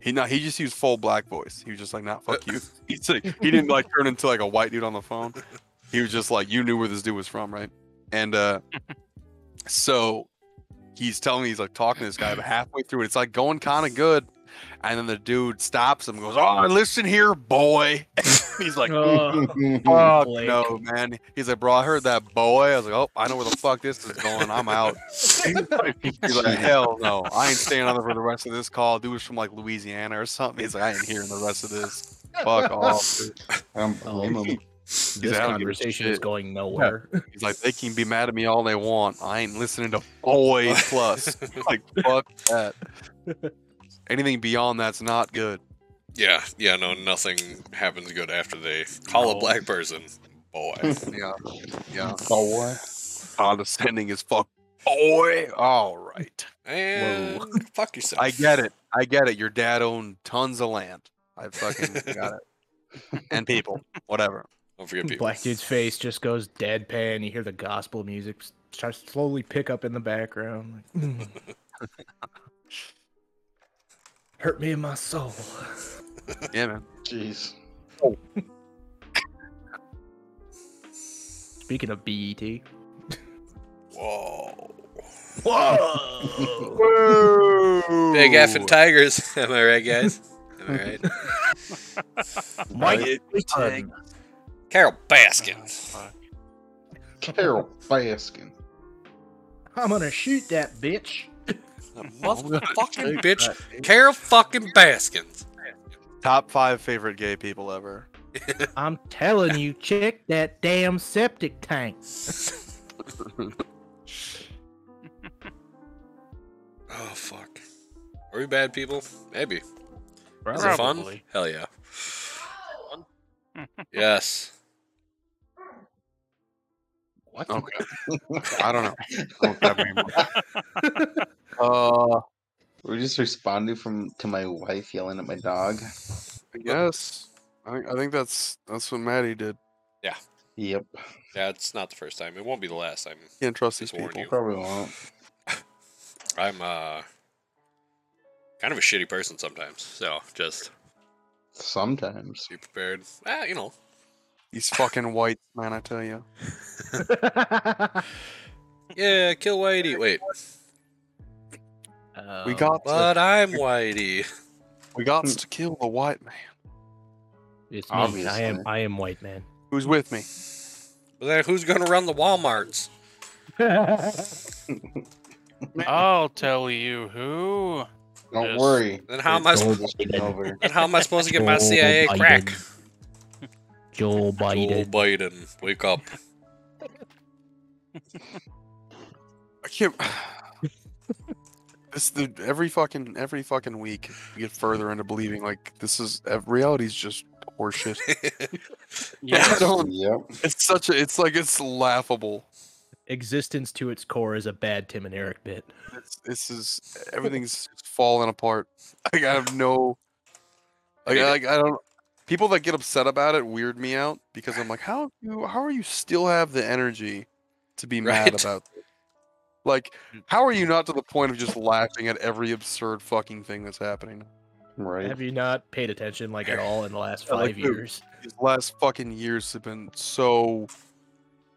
He not he just used full black voice. He was just like, not fuck you. He's like, he didn't like turn into like a white dude on the phone. He was just like, you knew where this dude was from, right? And uh, so he's telling me he's like talking to this guy, but halfway through it, it's like going kind of good. And then the dude stops him, and goes, "Oh, listen here, boy." he's like, Fuck
Blake.
no, man. He's like, bro, I heard that boy. I was like, oh, I know where the fuck this is going. I'm out. He's like, hell no. I ain't staying on for the rest of this call. Dude was from like Louisiana or something. He's like, I ain't hearing the rest of this. Fuck off. dude." Oh,
Unbelievable.
He's
this
like, "I don't give a
conversation is
shit."
going nowhere.
He's like, they can be mad at me all they want. I ain't listening to boy plus. like, fuck that. Anything beyond that's not good.
Yeah, yeah, no, nothing happens good after they call a
No.
black person. Boy.
Yeah. Yeah.
Boy.
Condescending as fuck. Boy. All right.
And fuck yourself.
I get it. I get it. Your dad owned tons of land. I fucking got it. And people, whatever.
Don't forget people.
Black dude's face just goes deadpan. You hear the gospel music s- starts to slowly pick up in the background. Like, "Mm." Hurt me in my soul.
Yeah, man.
Jeez.
Speaking of E BET,
Whoa.
whoa!
Whoa.
Big effing tigers. Am I right, guys? Am I right?
Mike Tyson.
Carol Baskin.
Carol Baskin.
I'm gonna shoot that bitch.
That motherfucking bitch. Carol fucking Baskins.
Top five favorite gay people ever.
I'm telling you, check that damn septic tank.
Oh, fuck. Are we bad people? Maybe. Is it fun?
Probably.
Hell yeah. yes.
What?
Okay. I don't know. What that means. uh,
We're just responding from to my wife yelling at my dog.
I guess. I think, I think that's that's what Maddie did.
Yep.
Yeah, it's not the first time. It won't be the last time.
Can't trust these
Just warned
people.
you.
Probably won't.
I'm uh kind of a shitty person sometimes, so just
Sometimes.
be prepared. Ah, you know,
These fucking whites, man. I tell you.
yeah, kill Whitey. Wait,
We got to,
but I'm Whitey.
we got to kill the white man.
It's me. I
Obviously.
am. I am white man.
Who's with me?
But then who's gonna run the WalMarts?
I'll tell you who.
Don't
Yes.
worry.
Then how am
It's
I sp-
all getting over.
Then how am I supposed to get my
Joe
CIA
Biden.
crack? Joe
Joe Biden.
Biden, wake up.
I can't. This the every fucking every fucking week you get further into believing like this is uh, reality's just horseshit. I
Yeah.
don't-
Yep.
it's such a it's like it's laughable.
Existence to its core is a bad Tim and Eric bit.
It's, this is everything's just falling apart. Like I have no like I, like I don't people that get upset about it weird me out because I'm like how you how are you still have the energy to be mad
Right.
about this? Like how are you not to the point of just laughing at every absurd fucking thing that's happening?
Right.
Have you not paid attention like at all in the last
Yeah,
five
like, dude.
years?
these last fucking years have been so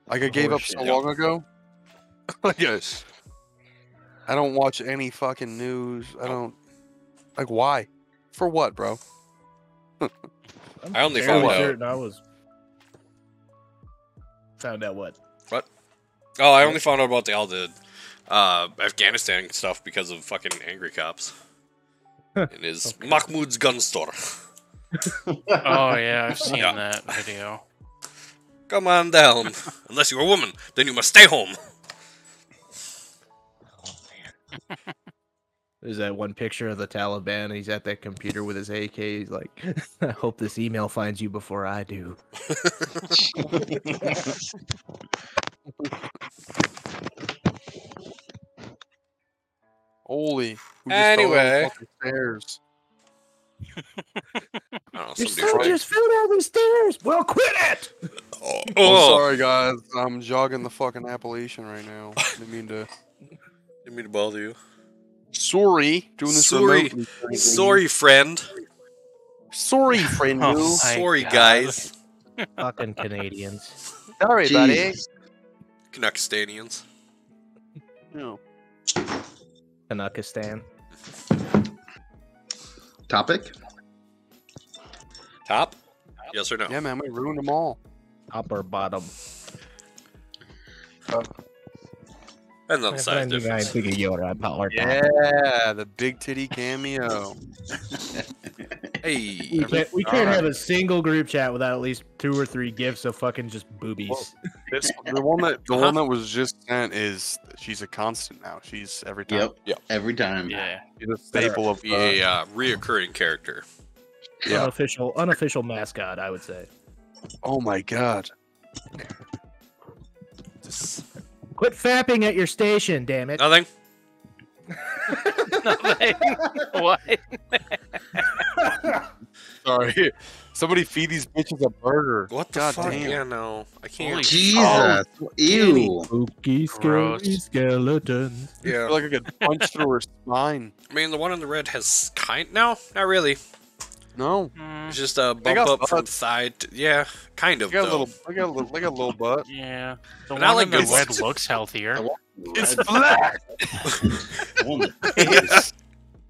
like I gave up so
Horseshit.
long ago. like I, I don't watch any fucking news. I don't like why? For what, bro?
I'm
I only
fairly
found out-
certain I was found out what
Oh, I
Yeah.
only found out about the, all the uh, Afghanistan stuff because of fucking angry cops. it is Mahmoud's gun store.
Oh yeah, I've seen
Yeah.
that video.
Come on down. Unless you're a woman, then you must stay home.
There's that one picture of the Taliban. And he's at that computer with his AK. He's like, I hope this email finds you before I do.
Holy.
Anyway.
stairs.
I don't know,
Your
some dude
son
probably-
just fell down the stairs. Well, quit it.
Oh,
Oh.
oh.
sorry guys, I'm jogging the fucking Appalachian right now. Didn't mean to.
didn't mean to bother you.
Sorry, doing this
Sorry.
remotely thing.
Sorry, friend.
sorry, friend.
Oh,
you.
my
Sorry,
God.
guys.
Fucking Canadians.
Sorry, buddy.
Jeez.
Canuckstanians.
No.
Kanakistan.
Topic?
Top? Yes or no?
Yeah, man, we ruined them all.
Top or bottom?
Depends on the size difference.
figure Yoda, top or top.
Yeah, the big titty cameo.
Hey.
We can't, we can't
Alright.
have a single group chat without at least two or three gifts of fucking just boobies.
This the one that the
Huh?
one that was just sent is she's a constant now. She's every time.
Yep.
Yep.
Every time.
Yeah.
She's a staple of
Be a uh, reoccurring character.
Yeah.
Unofficial, unofficial mascot, I would say.
Oh my god.
Quit fapping at your station, damn it.
Nothing?
what?
Sorry. Somebody feed these bitches a burger.
What the
God
fuck?
damn.
Yeah, no. I can't.
Holy-
Jesus. Ew.
Spooky,
Gross.
scary skeleton.
I
Yeah.
feel like I could punch through her spine.
I mean, the one in the red has kind. No, not really.
No.
Mm,
It's just a
They
bump
got
up from
buds.
side. To, yeah, kind
I
of.
got a
though.
little I got a little I got a little butt.
yeah. The
And
one
I like
in the
this-
red looks healthier.
It's black.
Oh my
It's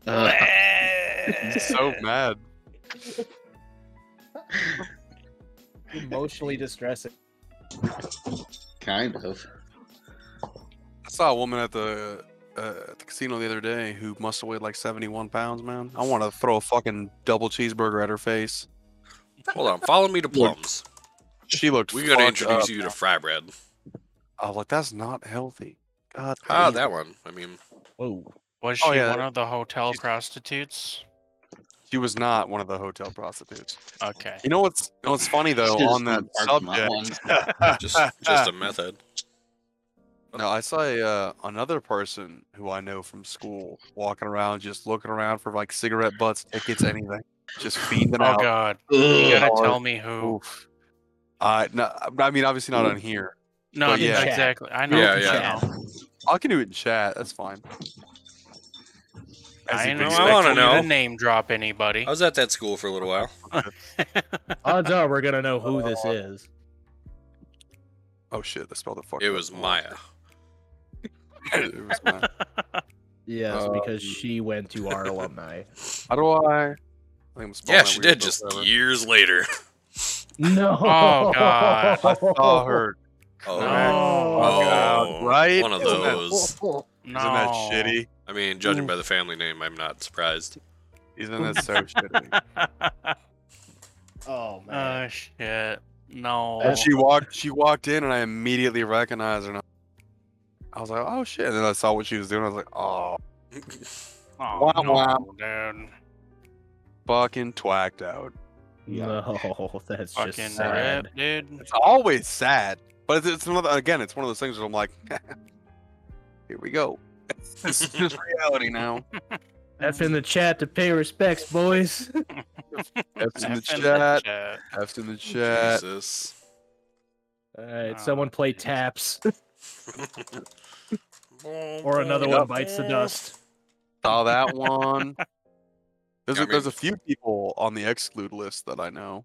God.
so mad.
Emotionally distressing.
kind of.
I saw a woman at the uh, at the casino the other day who must have weighed like 71 pounds, man. I want to throw a fucking double cheeseburger at her face.
Hold on. Follow me to Plums.
She looked.
We gotta
fucked
introduce
up,
you
man.
to fry bread.
I was like, Oh, that's not healthy. God.
Ah,
damn.
that one. I mean,
Whoa.
Was she
Oh, yeah.
one of the hotel prostitutes?
She was not one of the hotel prostitutes.
Okay.
You know what's you know what's funny though
She just
on that
didn't bark my
subject.
ones.
just just a method.
no, I saw a, uh, another person who I know from school walking around, just looking around for like cigarette butts, tickets, anything, just fiending
Oh
out.
god. You
Ugh.
gotta
Hard.
tell me who.
Oof. Uh, no, I mean obviously not on here.
No,
But yeah.
exactly. I know.
Yeah,
I
yeah.
know.
I can do it in chat. That's fine. As
I
you'd
know.
expect
I want to
from me.
know. Name drop anybody.
I was at that school for a little while.
Oh.
Odds are we're gonna know who this is.
Oh shit! They spelled the fuck.
It
up. Oh,
was Maya.
it was Maya.
Yes,
Um,
because she went to our alumni.
How do I? I think I'm spelling
Yeah,
that
she
weird,
did
but
just
whatever.
years later.
No.
Oh, God.
I saw her.
Oh,
walk out,
Oh,
right?
one of
Isn't that-
those.
No.
Isn't that shitty?
I mean, judging by the family name, I'm not surprised.
Isn't that so shitty?
Oh man.
oh shit. No.
And she walked. She walked in, and I immediately recognized her. And I- I was like, "Oh shit!" And then I saw what she was doing. I was like, "Oh,
Oh,
Wah,
no,
wah.
dude.
Fucking twacked out.
No, that's
Fucking
just sad.
rip, dude.
It's always sad, but it's, it's another again. It's one of those things where I'm like, here we go. This is just reality now.
F in the chat to pay respects, boys.
F's in the
F in
chat.
chat.
F's in the chat.
Jesus.
All right,
Oh,
someone play
geez.
taps, or another one bites the dust.
Saw that one. There's,
I
a, there's a
mean-
few people on the exclude list that I know.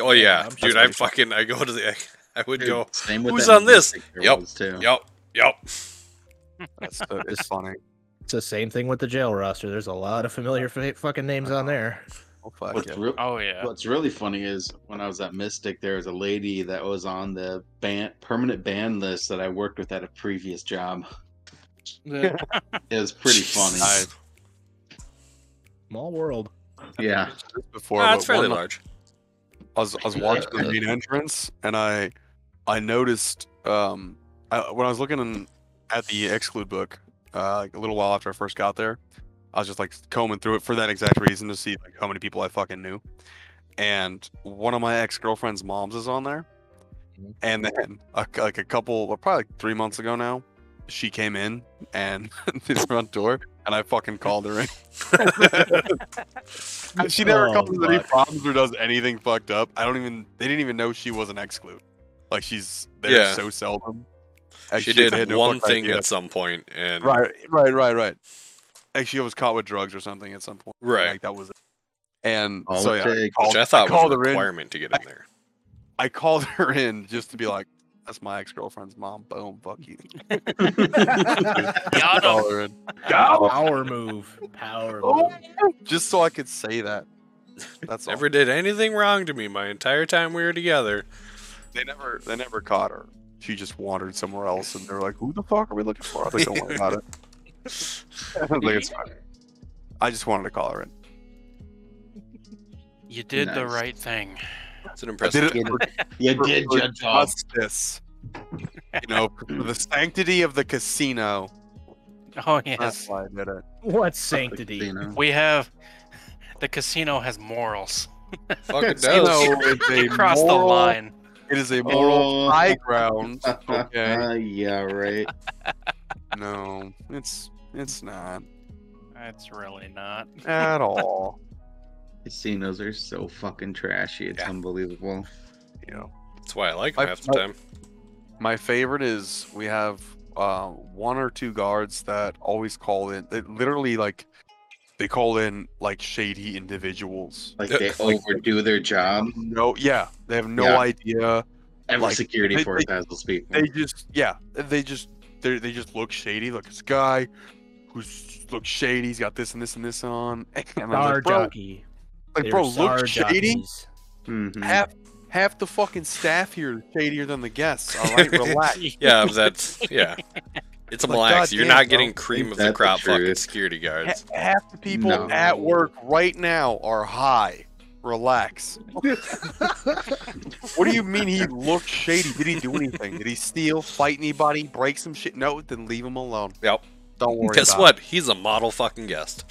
Oh yeah,
I'm
dude.
sure.
I fucking I go to the I would
Dude,
go.
Same with
Who's
that
on this?
Mystic Girl
Yep.
was, Too.
Yep. Yep.
That's it's funny.
It's the same thing with the jail roster. There's a lot of familiar fa- fucking names on there.
Oh, fuck
What's,
yeah.
real-
Oh yeah.
what's really funny is when I was at Mystic, there was a lady that was on the ban permanent ban list that I worked with at a previous job. It was pretty funny.
I-
Small world.
yeah.
mentioned this before.
Ah, it's
but
fairly
one-
large.
I was, I was watching the main entrance, and I I noticed um I, when I was looking in, at the exclude book uh, like a little while after I first got there, I was just like combing through it for that exact reason to see like how many people I fucking knew, and one of my ex girlfriend's moms is on there,
Mhm.
and then a, like a couple, well, probably like three months ago now, she came in and the front door, and I fucking called her in. And she never
Oh,
comes with any
fuck.
problems or does anything fucked up. I don't even. They didn't even know she was an exclude. Like she's there
Yeah.
so seldom. Like,
she
they
did
had no
one
fucking
thing
idea.
at some point, and
Right, right, right, right. Like she was caught with drugs or something at some point.
Right.
Like that was it. And
All
so
it
yeah, I
takes.
called,
which I thought was
called
a
her in.
requirement to get in there.
I called her in just to be like, "That's my ex girlfriend's mom." Boom, fuck you.
Got him.
Call her in.
Power move. Power move.
Just so I could say that. That's all.
Never did anything wrong to me my entire time we were together.
They never they never caught her. She just wandered somewhere else, and they're like, "Who the fuck are we looking for?" I was like, "Don't worry about it." I was like, "It's fine." I just wanted to call her in.
You did the
Nice.
right thing.
It's an
I
impressive.
did it for,
You
for-
did
for
your job.
justice. You know, for the sanctity of the casino.
Oh yes.
That's why I did it.
What sanctity?
You know?
We have the casino has morals.
Fuck it does.
Casino is Oh, a
You crossed the
moral-
line.
It is a moral
Oh.
high ground. Okay.
Uh, yeah, right.
No, it's it's not
That's really not.
at all.
Casinos are so fucking trashy. It's
Yeah.
unbelievable.
You know.
That's why I like
I-
them half the time.
My favorite is we have uh, one or two guards that always call in. They literally like they call in like shady individuals.
Like they overdo their job.
No, yeah, they have no
Yeah.
idea.
Every
Like,
security
they-
force
they-
has those people.
They just yeah, they just they they just look shady. Look, this guy who's looks shady. He's got this and this and this on. And I was
Star
like, bro,
jockey.
like,
They
bro,
were
look
star
shady.
jockeys.
Mhm.
Half half the fucking staff here is shadier than the guests. All right, relax.
Yeah, that's yeah. It's a
Like,
malax. You're
goddamn,
not
bro.
getting cream of the
That's the
crop fucking
truth.
security
Ha-
guards.
half the people
No.
at work right now are high. Relax. what do you mean he looked shady? Did he do anything? Did he steal, fight anybody, break some shit? No, then leave him alone.
Yep.
Don't worry.
Guess
about
what? He's a model fucking guest.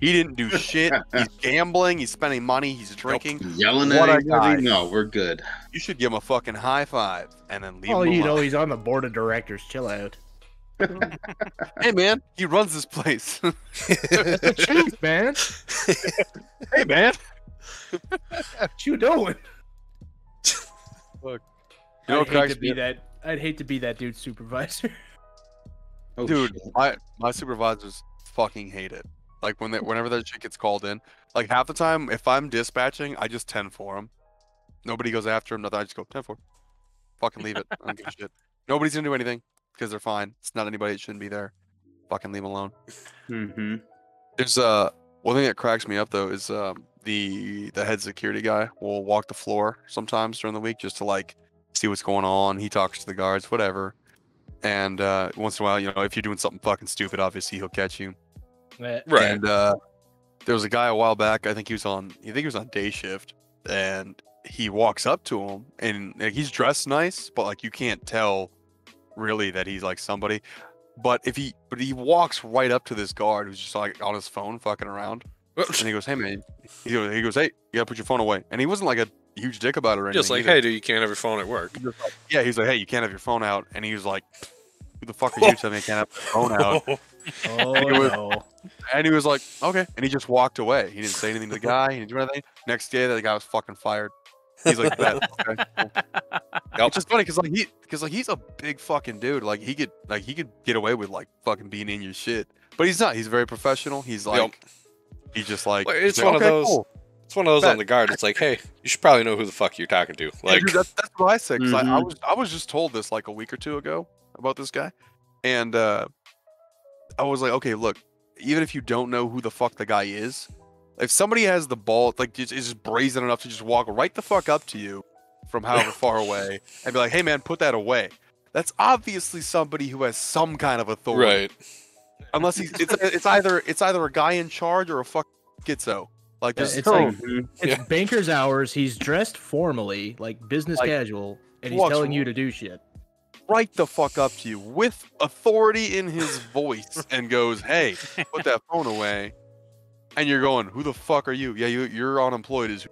It. He didn't do shit. He's gambling. He's spending money. He's drinking.
Yelling at
What a guy.
everybody? No, we're good.
You should give him a fucking high five and then leave
Oh,
him
you know
alone.
he's on the board of directors. Chill out.
hey man, he runs this place.
Jeez, man.
hey man.
What you doing?
Look, you know
I'd
what
hate
cracks
to
me
be that. I'd hate to be that dude's supervisor.
Oh,
dude
shit.
my my supervisors fucking hate it like when they, whenever that shit gets called in like half the time if i'm dispatching i just 10 for him nobody goes after him nothing i just go 10 for 'em. fucking leave it i don't give a shit nobody's gonna do anything because they're fine it's not anybody that shouldn't be there fucking leave 'em alone
Mhm.
there's uh one thing that cracks me up though is um the the head security guy will walk the floor sometimes during the week just to like see what's going on. He talks to the guards, whatever. And uh, once in a while, you know, if you're doing something fucking stupid, obviously he'll catch you.
Eh,
Right.
And uh, there was a guy a while back. I think he was on. I think he was on day shift, and he walks up to him, and like, he's dressed nice, but like you can't tell really that he's like somebody. But if he but he walks right up to this guard who's just like on his phone fucking around, and he goes, "Hey man," he goes, he goes "Hey, you gotta put your phone away." And he wasn't like a huge dick about it or anything.
Just like,
either.
hey, dude, you can't have your phone at work.
yeah, he's like, "Hey, you can't have your phone out," and he was like, "Who the fuck are you telling me I can't have my phone out?"
Oh
it was-
no.
And he was like, "Okay," and he just walked away. He didn't say anything to the guy. He didn't do anything. Next day, the guy was fucking fired. He's like, "Bet." Okay, cool."
Yep.
It's just funny because like he because like he's a big fucking dude. Like he could like he could get away with like fucking being in your shit, but he's not. He's very professional. He's like he's just like
Well,
he's
it's
like,
one of
"Okay,
those-
cool."
It's one of those on
Bet.
the guard. It's like, hey, you should probably know who the fuck you're talking to.
Yeah,
Like, Mm-hmm.
dude, that's, that's what I said. 'cause I, I
Mhm.
was I was just told this like a week or two ago about this guy, and uh, I was like, okay, look, even if you don't know who the fuck the guy is, if somebody has the ball, like just, is just brazen enough to just walk right the fuck up to you from however far away and be like, hey man, put that away. That's obviously somebody who has some kind of authority,
right?
unless he's it's, it's either it's either a guy in charge or a fuck schizo. Like
Yeah,
this
it's like-
Mhm.
It's
Yeah.
banker's hours. He's dressed formally, like business
Like,
casual, and he's
walks
telling you to do shit.
right the fuck up to you with authority in his voice and goes, "Hey, put that phone away." And you're going, "Who the fuck are you?" Yeah, you you're unemployed as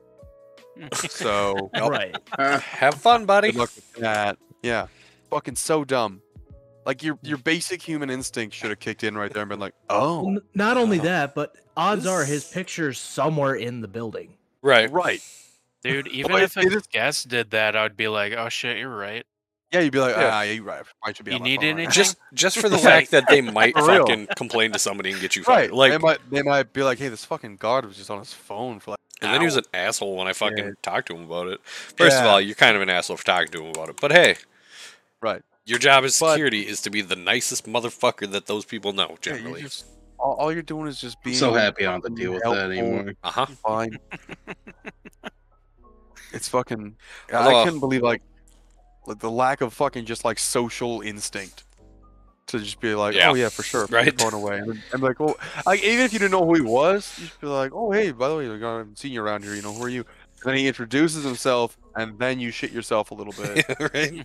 so.
Right.
Have fun, buddy.
Good luck with that. Yeah, fucking so dumb. Like your your basic human instinct should have kicked in right there and been like,
Well,
"Oh,
n- not only
Oh.
that, but odds are his
This-
picture's somewhere in the building.
Right.
right."
Dude, even
Well,
if
it-
a
it is-
guest did that, I'd be like, oh shit, you're right.
Yeah, you'd be like,
Yeah.
"Ah, yeah, you're right. I should be
You
on my
need
phone
an
right now."
Just just for the
Right.
fact that they might
For real.
fucking complain to somebody and get you fired.
Right,
Like,
they might they might be like, "Hey, this fucking guard was just on his phone for like."
and then he was an asshole when I fucking
Yeah.
talked to him about it. First of
Yeah.
all, you're kind of an asshole for talking to him about it. But hey,
Right.
Your job as
But-
security is to be the nicest motherfucker that those people know,
Yeah, you
generally.
just- all, all you're doing is just
I'm
being
so happy I don't have to deal with that
helpful.
anymore.
uh huh.
fine. it's fucking.
Although-
I couldn't believe like, like the lack of fucking just like social instinct to just be like,
Yeah.
oh yeah, for sure,
Right.
going away. And I'm like, well, like even if you didn't know who he was, you just be like, oh hey, by the way, I haven't seen you around here. You know who are you? And then he introduces himself, and then you shit yourself a little bit.
right.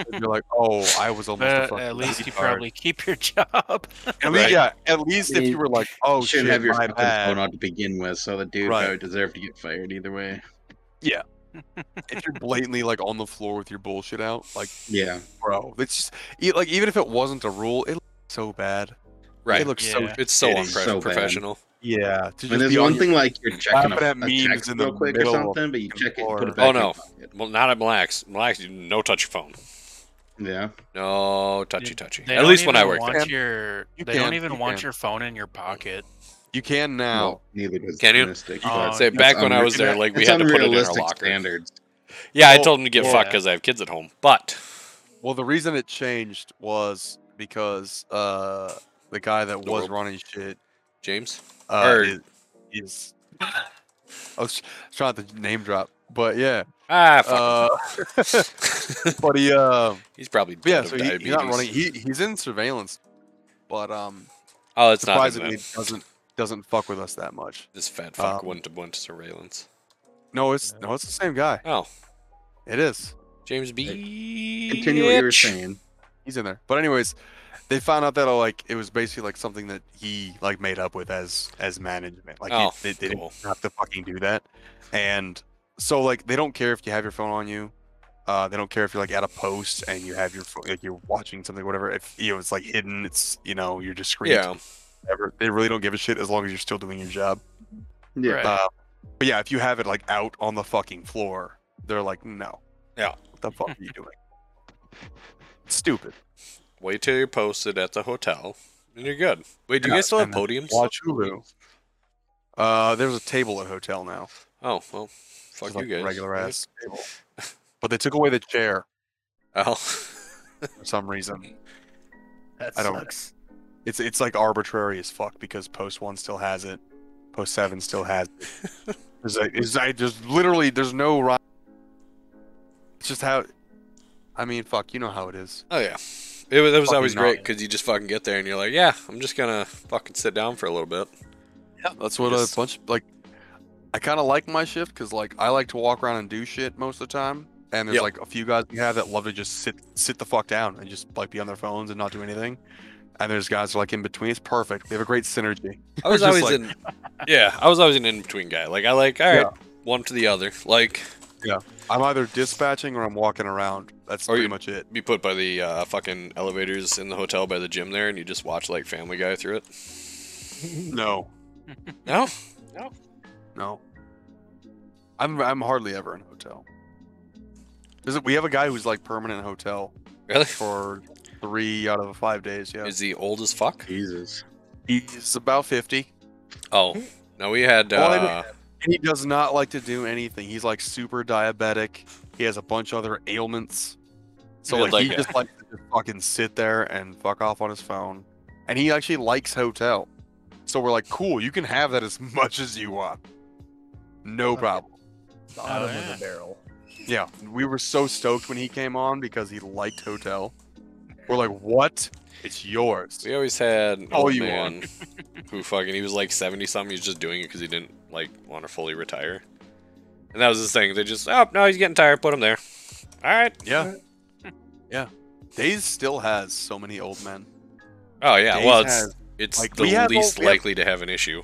and you're like, oh, I was almost. a
Uh,
But
fucking
uh, at least you
retard."
probably keep your job.
At least,
Right.
yeah. At least if you were like, oh
you shouldn't
shit,
have your
my
fucking
bad.
phone out to begin with, so the dude
Right.
probably deserved to get fired either way.
If you're blatantly like on the floor with your bullshit out, like.
Yeah.
bro. It's just e- like even if it wasn't a rule, it looked so bad.
Right.
It looks
Yeah.
so
It's so
It is
so bad.
unprofessional.
yeah. To
I mean, there's
be on
one
your-
thing like you're checking a,
Laughing at
a
memes
text
in the
real quick or
middle of
something, but you
fucking
check it and put
floor.
it back.
Oh,
in
no.
your pocket.
Well, not at Blacks. Blacks, no touch your phone.
Yeah.
No touchy
Dude,
touchy.
They
At
don't
least when I
even
worked there.
want your,
You
they
can,
don't even
you
want
can.
your phone in your pocket.
you can now.
Well, neither does
Can you-
Mystic.
Oh,
but
I'd say
it's
back when I was
unrealistic-
there, like we
it's
had to put it in our
unrealistic
locker.
standards.
Yeah, I
Well,
told him to get
yeah.
fucked because I have kids at home. But
Well, the reason it changed was because uh the guy that
The
was
world.
running shit
James,
uh,
Or-
is, is- I was trying to name drop, but yeah.
ah,
Uh,
fuck.
but he um
he's probably dead
yeah,
of
so he,
diabetes.
he's not running. He he's in surveillance, but um
oh, it's not him
surprisingly
then.
doesn't doesn't fuck with us that much.
This fat fuck
Um,
went to went to surveillance.
No, it's no, it's the same guy.
Oh,
It is.
James B.
Continue what you were
bitch.
saying.
he's in there. But anyways, they found out that uh, like it was basically like something that he like made up with as as management. Like
Oh,
he, they, they
cool.
didn't have to fucking do that. And so like they don't care if you have your phone on you. Uh, they don't care if you're like at a post and you have your phone, like you're watching something, whatever. If you know it's like hidden, it's you know you're discreet.
Yeah,
Whatever. They really don't give a shit as long as you're still doing your job.
Yeah.
Right.
Uh, but yeah, if you have it like out on the fucking floor, they're like, no.
Yeah.
What the fuck are you doing? Stupid.
wait till you're posted at the hotel, and you're good. Wait, do you
Yeah,
guys still have
and then
podiums?
Watch Hulu. Uh, there's a table at hotel now.
Oh well, fuck
Just, like,
you guys.
Regular
Yeah.
ass table. But they took away the chair
Oh,
for some reason.
That
I don't-
sucks.
It's it's like arbitrary as fuck because post one still has it, post seven still has it. It's like, it's like there's literally there's no rhyme. It's just how. I mean, fuck, you know how it is.
oh yeah. It was, it was
Fucking
always great
not.
because you just fucking get there and you're like, yeah, I'm just gonna fucking sit down for a little bit.
Yeah, that's what
Just-
a bunch like. I kind of like my shift because like I like to walk around and do shit most of the time, and there's
Yep.
like a few guys we have that love to just sit sit the fuck down and just like be on their phones and not do anything. and there's guys who are like in between. It's perfect. They have a great synergy.
I was
Just
always
like-
in. Yeah, I was always an in between guy. Like I like all right, one to the other. Like
I'm either dispatching or I'm walking around. That's
Or
pretty
you-
much it.
be put by the uh, fucking elevators in the hotel by the gym there, and you just watch like Family Guy through it.
No,
No,
no. I'm I'm hardly ever in a hotel. Is it, we have a guy who's like permanent hotel
really,
for three out of five days. Yeah,
is he old as fuck?
Jesus.
he's about fifty,
Oh, no, we had.
Well, I
Uh,
and he does not like to do anything. He's like super diabetic. He has a bunch of other ailments. So
Yeah,
like, he
like, uh,
just likes to just fucking sit there and fuck off on his phone. And he actually likes hotel. So we're like, cool, you can have that as much as you want. No
Okay.
problem.
Bottom
Oh,
of
yeah.
the barrel.
Yeah, we were so stoked when he came on because he liked Hotel. We're like, what? It's yours.
we always had an
All Oh,
old
you
man who fucking he was like seventy something. He was just doing it because he didn't like want to fully retire. And that was his thing. They just oh no, he's getting tired. Put him there. All right.
Yeah. Yeah. Days still has so many old men.
Oh yeah.
Days
well, it's
has-
it's
like,
the
we have
least
old- we have-
likely to have an issue.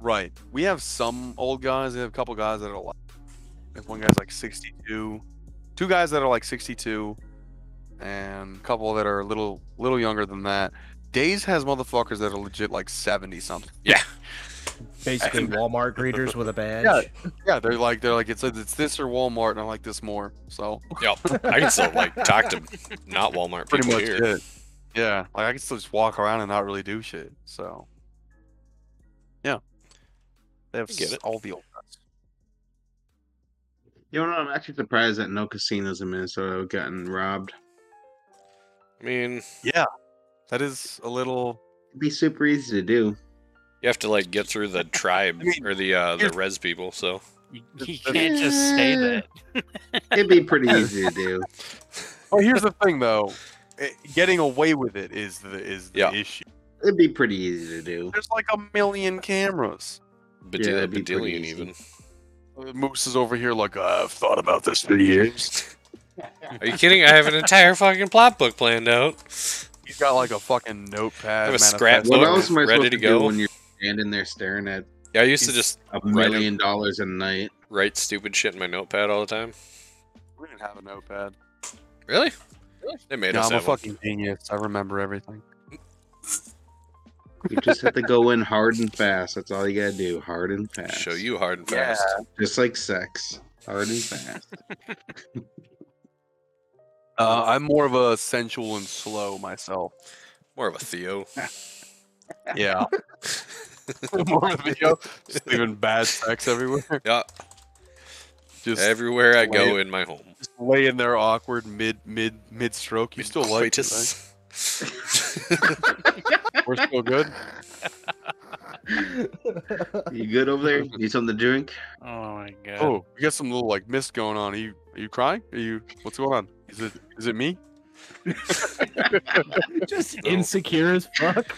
Right. We have some old guys. We have a couple guys that are like, like one guy's like 62, two guys that are like 62, and a couple that are a little little younger than that. Days has motherfuckers that are legit like 70 something.
Basically, Walmart greeters with a badge.
Yeah. Yeah, they're like they're like it's it's this or Walmart, and I like this more. So
Yep. I can still like talk to not Walmart
pretty
people
much
here.
it. Yeah, like I can still just walk around and not really do shit. So, yeah, they have
I get
s-
it.
all the old guys.
You know, I'm actually surprised that no casinos in Minnesota have gotten robbed.
I mean,
That is a little.
It'd be super easy to do.
you have to like get through the tribe
I mean,
or the uh, the
here's-
res people. So
You, you can't just say that.
It'd be pretty easy to do.
Well, here's the thing though, it, getting away with it is the is the
Yeah.
issue.
It'd be pretty easy to do.
There's like a million cameras.
Bede-
Yeah, it'd be pretty
Bedillion
easy.
even.
Uh, Moose is over here like I've thought about this for years.
Are you kidding? I have an entire fucking plot book planned out.
He's got like a fucking notepad.
I have a
manifesto.
scrapbook.
What else am I
ready
supposed
to
to
go?
do when you're standing there staring at
Yeah, I used to
He's-
just
a
Right up.
million dollars a night?
write stupid shit in my notepad all the time.
We didn't have a notepad.
Really? They made
Yeah,
us
I'm a
have one.
fucking genius. I remember everything.
You just have to go in hard and fast. That's all you gotta do. Hard and fast.
Show you hard and
Yeah.
fast.
Just like sex. Hard and fast.
Uh, I'm more of a sensual and slow myself.
More of a Theo.
Yeah. More video. Just leaving bad sex everywhere.
Yeah,
Just
everywhere I
lay
go
it-
in my home.
just laying there awkward mid mid mid stroke. You still like it, right?
Coitus.
We're still good.
You good over there? Need something to drink?
Oh my god.
Oh, you got some little like mist going on. Are you are you crying? Are you what's going on? Is it is it me?
Just insecure as fuck.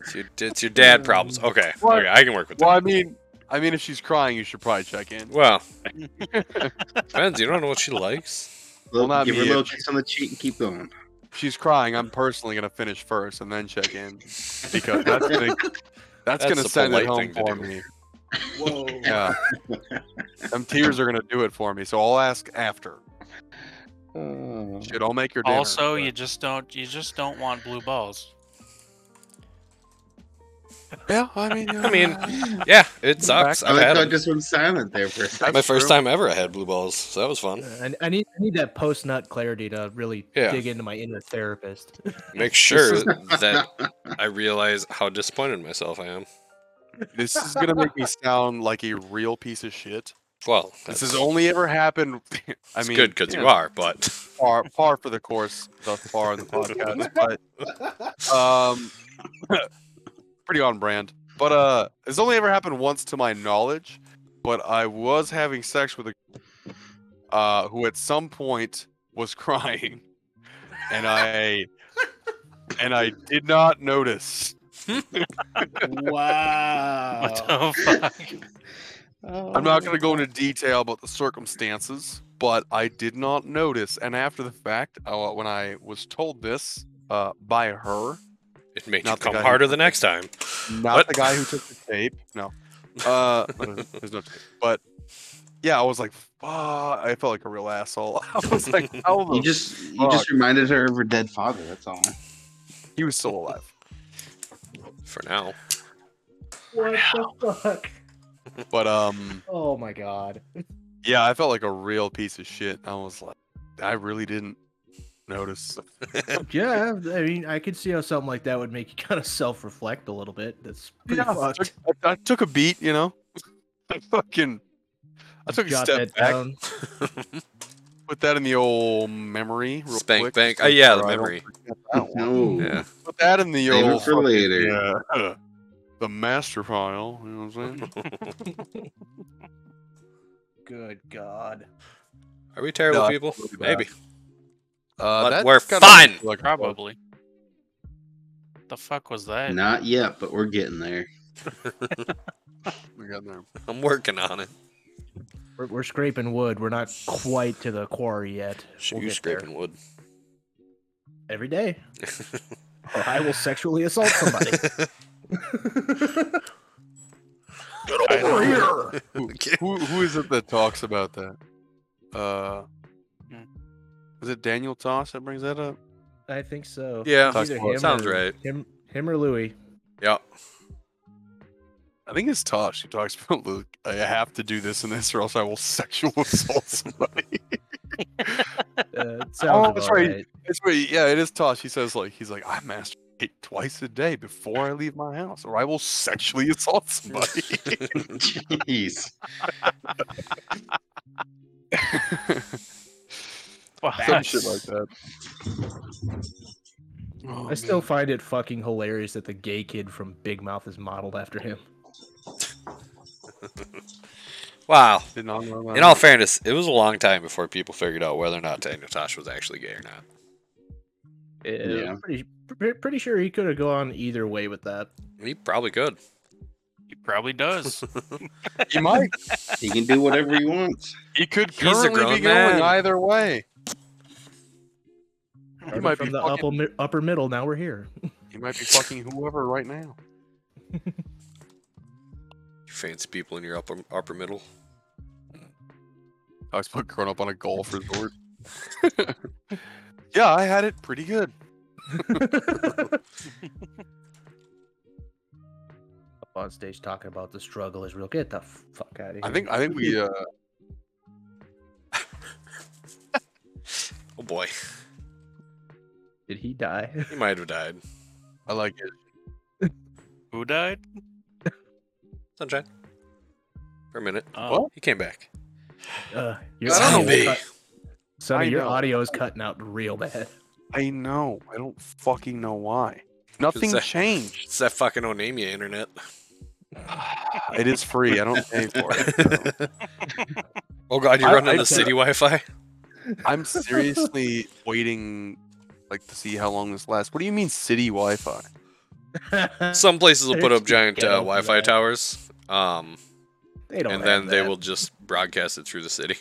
It's your, it's your dad problems. Okay.
What?
Okay, I can work with
Well,
that.
I mean, I mean, if she's crying, you should probably check in.
Well, depends. You don't know what she likes.
Well, not
give her
me.
a little kiss on the cheek and keep going.
If she's crying, I'm personally gonna finish first and then check in because that's gonna that's,
That's
gonna
the
send it home
polite thing to
for
do.
me.
Whoa.
Yeah, them tears are gonna do it for me. So I'll ask after. Shit, I'll make your dinner.
also,
but-
you just don't you just don't want blue balls.
yeah, I mean,
I mean, yeah, it sucks.
I
I've
like
had
how
'em.
it just went silent there for a second.
My first time ever, I had blue balls, so that was fun.
Uh, I, I need I need that post nut clarity to really
Yeah.
dig into my inner therapist.
Make sure that I realize how disappointed in myself I am.
this is gonna make me sound like a real piece of shit.
Well,
This
that's,
has only ever happened. I
it's
mean,
good because
yeah,
you are, but
far far for the course thus far in the podcast, but um, pretty on brand. But uh, it's only ever happened once to my knowledge. But I was having sex with a uh, who at some point was crying, and I and I did not notice.
What
Wow.
the fuck?
I'm not going to go into detail about the circumstances, but I did not notice. And after the fact, uh, when I was told this uh, by her,
It made
Not the
you come
guy who-
harder the next time.
Not
What?
the guy who took the tape. No. Uh, what is it? there's no tape. But yeah, I was like, "Fuck!" I felt like a real asshole. I was like, "How the
You just you
fuck?
just reminded her of her dead father. That's all.
He was still alive."
For now.
What the fuck?
But um,
Oh my god.
yeah, I felt like a real piece of shit. I was like, I really didn't notice.
Yeah, I mean, I could see how something like that would make you kind of self-reflect a little bit. That's pretty
Yeah, I,
fucked.
took, I, I took a beat, you know. I fucking, I took a
Jot
step
that
back,
down.
put that in the old memory. Real
Spank
quick, just
bank.
to
Oh,
make
yeah,
sure
the
I don't
memory.
forget that one.
No.
Yeah.
Put that in the
Save it
old
for
fucking-
later.
Yeah. The master file, you know what I'm saying?
Good god.
Are we terrible
No,
people?
really bad.
Maybe.
Uh,
But
that's
we're
gotta
fine!
be like a-
Probably. The fuck was that?
Not yet, but we're getting there.
we got there.
I'm working on it.
We're, we're scraping wood. We're not quite to the quarry yet.
Shoot,
We'll
you
get there.
scraping wood.
every day, or I will sexually assault somebody.
I know.
Who, who, who is it that talks about that? Uh,
Hmm.
is it Daniel Toss that brings that up?
I think so.
Yeah,
Either him
sounds
or-
right.
Him, him or Louis.
Yeah.
I think it's Tosh who talks about, look, I have to do this and this or else I will sexual assault somebody.
Uh,
Oh, that's right. it's really, yeah, it is Tosh. He says, like, he's like, I masturbate twice a day before I leave my house or I will sexually assault somebody.
Jeez.
Some shit Oh, like that.
I still find it fucking hilarious that the gay kid from Big Mouth is modeled after him.
Wow.
Did not know
In all fairness, it was a long time before people figured out whether or not Daniel Tosh was actually gay or not.
Yeah.
Yeah. Pretty, pre- pretty sure he could have gone either way with that.
He probably could.
He probably does.
he might.
He can do whatever he wants.
He could
He's a
currently
grown
be
man.
going either way. He
Started
might
from
be
the
fucking,
upper, mi- upper middle. Now we're here.
he might be fucking whoever right now.
You fancy people in your upper upper middle.
I was put growing up on a golf resort. yeah, I had it pretty good.
Up on stage talking about the struggle is real. Get the fuck out of here.
I think I think we uh,
Oh boy,
Did he die?
he might have died.
I like it.
Who died?
Sunshine. For a minute,
Oh,
he came back.
Uh,
I don't know.
Zombie.
Sonny,
I
your
know.
audio is cutting out real bad.
I know. I don't fucking know why. Nothing
that-
changed.
It's that fucking Onamia internet.
it is free. I don't pay for it. so.
Oh god, you're
I-
running
I-
the city Wi-Fi.
I'm seriously waiting, like, to see how long this lasts. What do you mean city Wi-Fi?
Some places will put up giant
Yeah,
uh, Wi-Fi
right.
towers, um,
they don't
and
have
then they
that.
will just broadcast it through the city.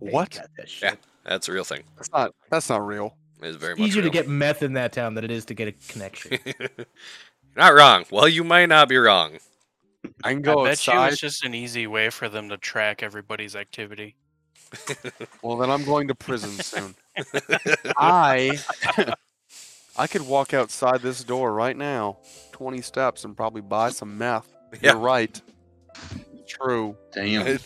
They ain't
What?
got that shit.
Yeah, that's a real thing.
That's not. That's not real.
It's very much
Easier to
real.
get meth in that town than it is to get a connection.
not wrong. Well, you might not be wrong.
I can
I
go
bet you
outside.
it's just an easy way for them to track everybody's activity.
Well, then I'm going to prison soon. I I could walk outside this door right now, 20 steps, and probably buy some meth.
Yeah.
You're right. True.
Damn.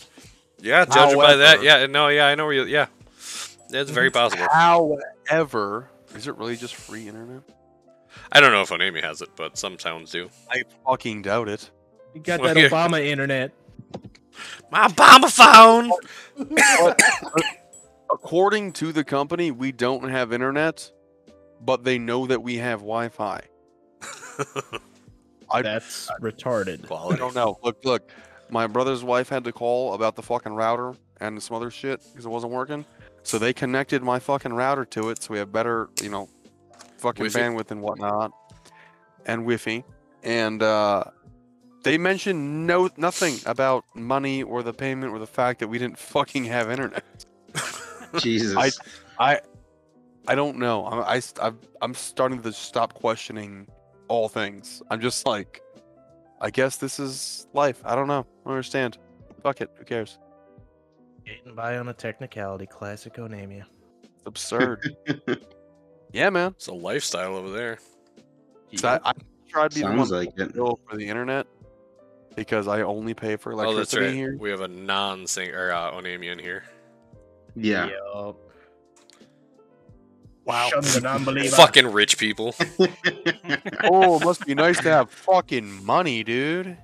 Yeah, judging by that,
However-
yeah, no, yeah, I know where you. Yeah, that's very possible.
However, is it really just free internet?
I don't know if Onamia has it, but some towns do.
I fucking doubt it.
You got
Well,
that
yeah.
Obama internet.
My bomber phone.
According to the company, we don't have internet, but they know that we have Wi-Fi. I-
That's retarded.
I
Quality.
don't know. Look, look. My brother's wife had to call about the fucking router and some other shit because it wasn't working. So they connected my fucking router to it, so we have better, you know, fucking
Wi-Fi?
bandwidth and whatnot, and Wi-Fi. And uh, they mentioned no nothing about money or the payment or the fact that we didn't fucking have internet.
Jesus.
I I don't know. I'm I, st- I've- I'm starting to stop questioning all things. I'm just like, I guess this is life. I don't know. I don't understand. Fuck it. Who cares?
Getting by on a technicality, classic Onamia.
It's absurd. yeah, man.
It's a lifestyle over there.
So I, I tried to be
Sounds
the one
like it.
bill for the internet because I only pay for
oh, that's
electricity
right.
here.
We have a non sing or uh, Onami in here.
Yeah.
Yup.
Wow.
Shun the non-believer.
Fucking rich people.
oh, it must be nice to have fucking money, dude.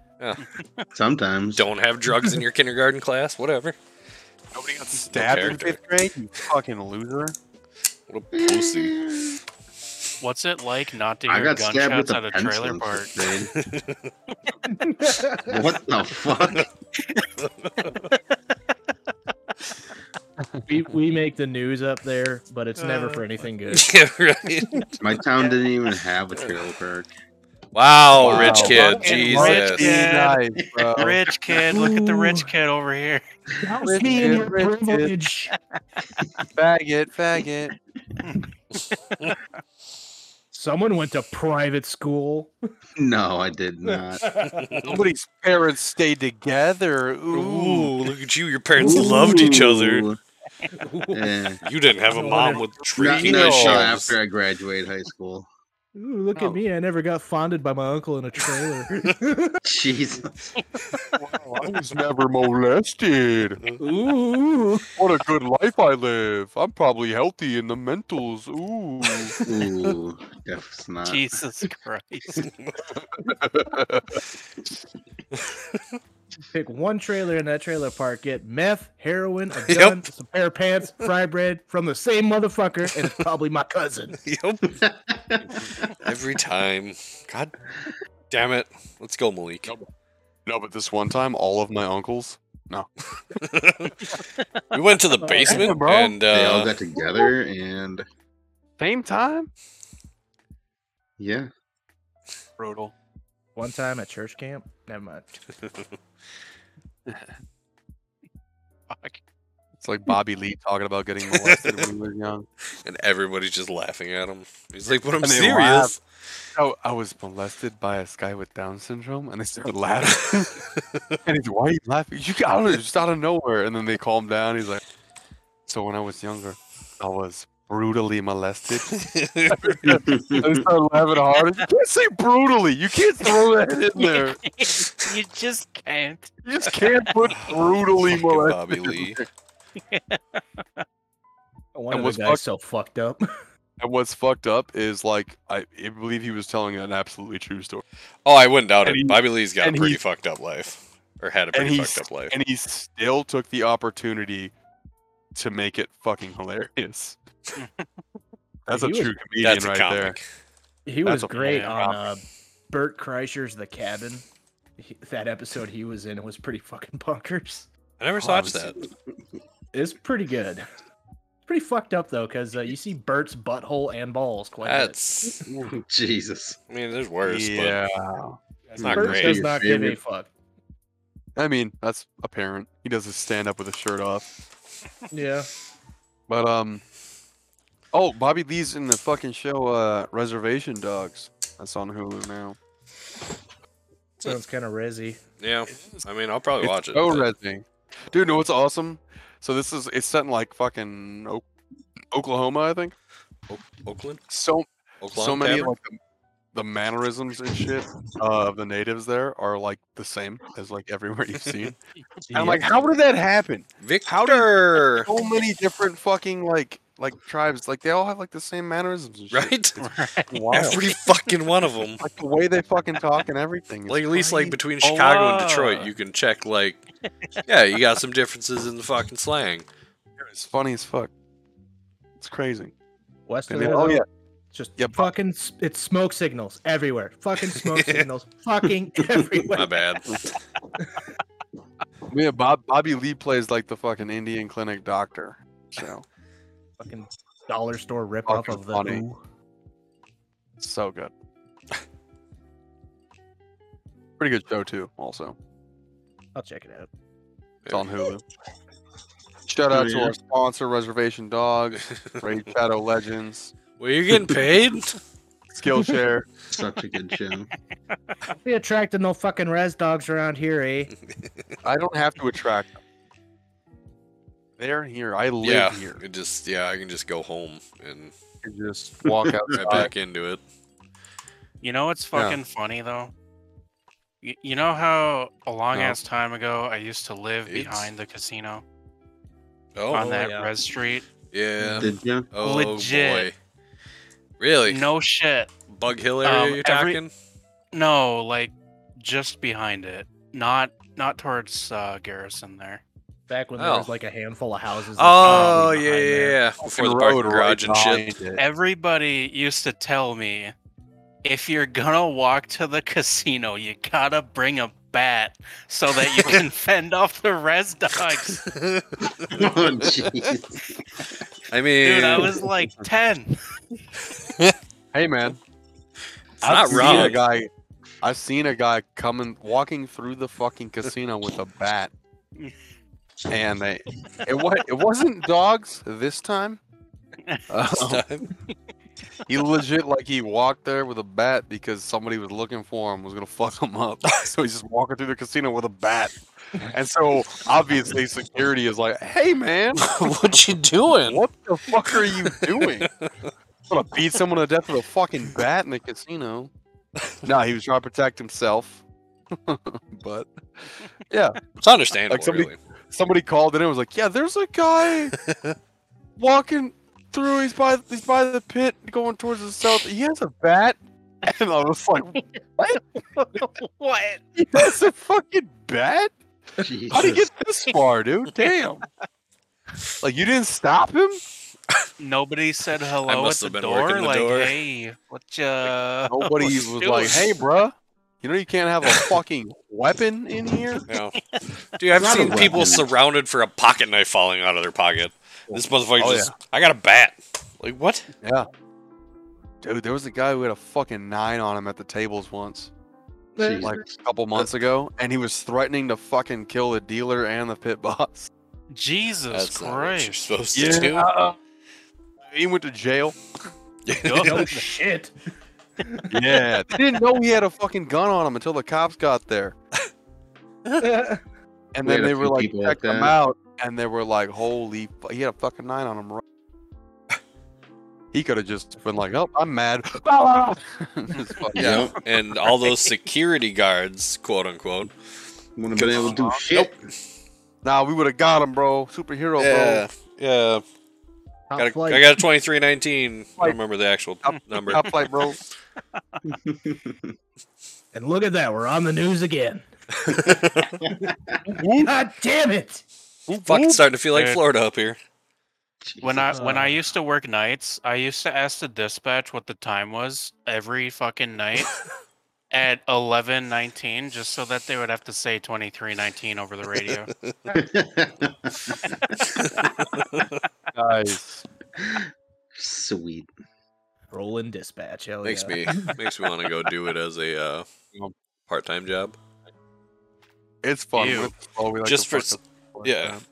Sometimes.
Don't have drugs in your kindergarten class. Whatever.
Nobody got stabbed in
character.
fifth grade. You fucking loser.
What a pussy.
What's it like not to
I
hear
got stabbed with
gunshots
a
at a
pencil
trailer
in
park?
fifth grade. what the fuck?
we, we make the news up there, but it's never for anything good.
yeah, right.
My town didn't even have a trailer park.
Wow,
Wow.
Oh, rich kid.
Fucking
Jesus.
rich
Be
kid.
nice, bro.
Rich kid, look at the rich kid over here.
Rich kid, rich kid. Faggot, faggot.
Someone went to private school.
No, I did not.
Somebody's parents stayed together. Ooh.
Ooh, look at you. Your parents loved each other.
Ooh. Eh.
You didn't have a
No
mom
wonder-
with
Not,
tricky
not
issues.
until after I graduated high school.
Ooh, look
Oh.
at me. I never got fonded by my uncle in a trailer.
Jesus.
Wow, I was never molested.
Ooh.
What a good life I live. I'm probably healthy in the mentals. Ooh.
Ooh, that's not.
Jesus Christ.
Pick one trailer in that trailer park, get meth, heroin, a
Yep.
gun, some pair of pants, fry bread from the same motherfucker, and it's probably my cousin.
Yep. Every time. God damn it. Let's go, Malik.
No, but this one time, all of my uncles.
we went to the basement
bro.
and
They all
uh,
got together and
Same time?
yeah.
Brutal.
One time at church camp. Never mind.
Fuck.
It's like Bobby Lee talking about getting molested when he was young.
and everybody's just laughing at him. He's like, "But I'm
And they
serious."
Oh, I was molested by a guy with Down syndrome, and they started laughing. and he's, why are you laughing? You I don't know, just out of nowhere. And then they calm down. He's like, so when I was younger, I was brutally molested. and they started laughing hard. You can't say brutally. You can't throw that in there.
you just can't.
You just can't put brutally
Fucking
molested.
Bobby Lee.
One
And
of
what's
the guys
fucked-
so fucked up.
And what's fucked up is like I, I believe he was telling an absolutely true story.
Oh, I wouldn't doubt
And
it.
he-
Bobby Lee's got a
and
pretty
he-
fucked up life, or had a
and
pretty
he
fucked up life.
And he still took the opportunity to make it fucking hilarious. That's a
He was-
true comedian
That's a
right there.
comic.
He
That's
was
a
great
plan.
on uh, Bert Kreischer's The Cabin. He- that episode he was in was pretty fucking bonkers.
I never
Oh,
watched
it's-
that.
It's pretty good. It's pretty fucked up though, because uh, you see Bert's butthole and balls quite a bit.
That's.
Jesus.
I mean, there's worse,
yeah.
It's not
Bert
great.
does
Your
not give a
favorite-
fuck.
I mean, that's apparent. He does his stand up with his shirt off.
Yeah.
But um Oh, Bobby Lee's in the fucking show uh Reservation Dogs. That's on Hulu now.
Sounds kind of rezzy.
but yeah. I mean, I'll probably watch it.
Oh,
but-
rezzing. Dude, no, it's awesome. So this is it's set in like fucking o- Oklahoma, I think.
Oakland,
So
Oakland.
so many of,
Tavern?
like the, the mannerisms and shit uh, of the natives there are like the same as like everywhere you've seen. And I'm like, how did that happen?
Victor.
So many different fucking like like tribes, like they all have like the same mannerisms, and shit.
Right?
It's wild.
Every fucking one of them.
like the way they fucking talk and everything. is
Like at least like
crazy.
between Chicago and
wow.
Detroit, you can check like, yeah, you got some differences in the fucking slang.
it's funny as fuck. It's crazy.
West
And
of
they-
there,
oh
though,
yeah,
Just
Yep.
fucking, s- it's smoke signals everywhere. Fucking smoke signals, fucking everywhere.
My bad.
yeah. Bob Bobby Lee plays like the fucking Indian clinic doctor. So
Fucking dollar store ripoff
Fucking
of the.
funny.
Who.
so good. Pretty good show too. Also,
I'll check it out.
it's on Hulu. Should Shout out to our sponsor, Reservation Dogs, Raid Shadow Legends,
Well, you're getting paid.
Skillshare.
Such a good show.
We attracted no fucking res dogs around here, eh?
I don't have to attract them. They're here. I live
yeah,
here.
it just yeah, I can just go home and
I just walk
right
outside.
back into it.
You know what's
Yeah.
fucking funny though? Y- You know how a long
No.
ass time ago I used to live
It's-
behind the casino
Oh,
on that
yeah.
res street?
yeah.
Did you?
oh
Legit.
boy. Really?
No shit.
Bug Hill area
Um,
you're
every-
talking?
No, like just behind it. Not not towards uh, Garrison there.
Back when
Oh.
there was like a handful of houses. that
Oh
were behind
yeah, yeah,
there.
yeah. Before the parking garage and shit.
Everybody used to tell me if you're gonna walk to the casino, you gotta bring a bat so that you can fend off the res dogs.
Oh, jeez.
I mean,
Dude, I was like 10.
Hey man,
it's not
I've
wrong.
Seen a guy, I've seen a guy coming walking through the fucking casino with a bat, and they, it wa it wasn't dogs this time. Um, he legit like he walked there with a bat because somebody was looking for him was gonna fuck him up. So he's just walking through the casino with a bat, and so obviously security is like, "Hey man,
what you doing?
what the fuck are you doing? I'm gonna beat someone to death with a fucking bat in the casino. No, he was trying to protect himself. but yeah,
It's understandable,
Like somebody-
really.
somebody called in and was like, "Yeah, there's a guy walking through. He's by he's by the pit, going towards the south. He has a bat." And I was like,
What?
"He has a fucking bat? How'd he
Jesus.
get this far, dude? Damn! Like you didn't stop him?
Nobody said hello at
must
the
have been
door.
working the
like,
door.
hey, what uh, ya?
Nobody was like, "Hey, bruh, you know you can't have a fucking weapon in here."
Yeah. Dude, I've
Not a
seen people
weapon.
surrounded for a pocket knife falling out of their pocket. This motherfucker
Oh,
just, I got a bat. Like, what?
Dude, there was a guy who had a fucking nine on him at the tables once,
Jesus.
like a couple months ago, and he was threatening to fucking kill the dealer and the pit boss.
Jesus
That's not what you're
Christ.
supposed to
Yeah. He went to jail.
do.
No shit.
Yeah. they didn't know he had a fucking gun on him until the cops got there. And
We
then
had a
they were
few
like,
people
checking
like
him
that.
out, and they were like, holy, fu- he had a fucking nine on him. right- He could have just been like, oh, I'm mad. Just fucking-
Yeah.
Yep.
and all those security guards, quote unquote.
Wouldn't have been able to do shit.
Nah, we would have got him, bro. Superhero,
Yeah, yeah.
Top
Got a,
flight.
I got a twenty-three nineteen. I
Flight.
don't remember the actual
Up-
number.
bro. Top flight, bro.
And look at that, we're on the news again. God damn it!
Fucking starting to feel like
Dude.
Florida up here.
When I when I
Uh.
used to work nights, I used to ask the dispatch what the time was every fucking night at eleven nineteen, just so that they would have to say twenty three nineteen over the radio.
Nice.
Sweet.
Rolling dispatch. Hell
Makes
Oh, yeah.
me makes me want to go do it as a uh, part-time job.
It's fun.
Ew.
It's fun. We like
Just
to
for
fuck
s-
up like
yeah.
that.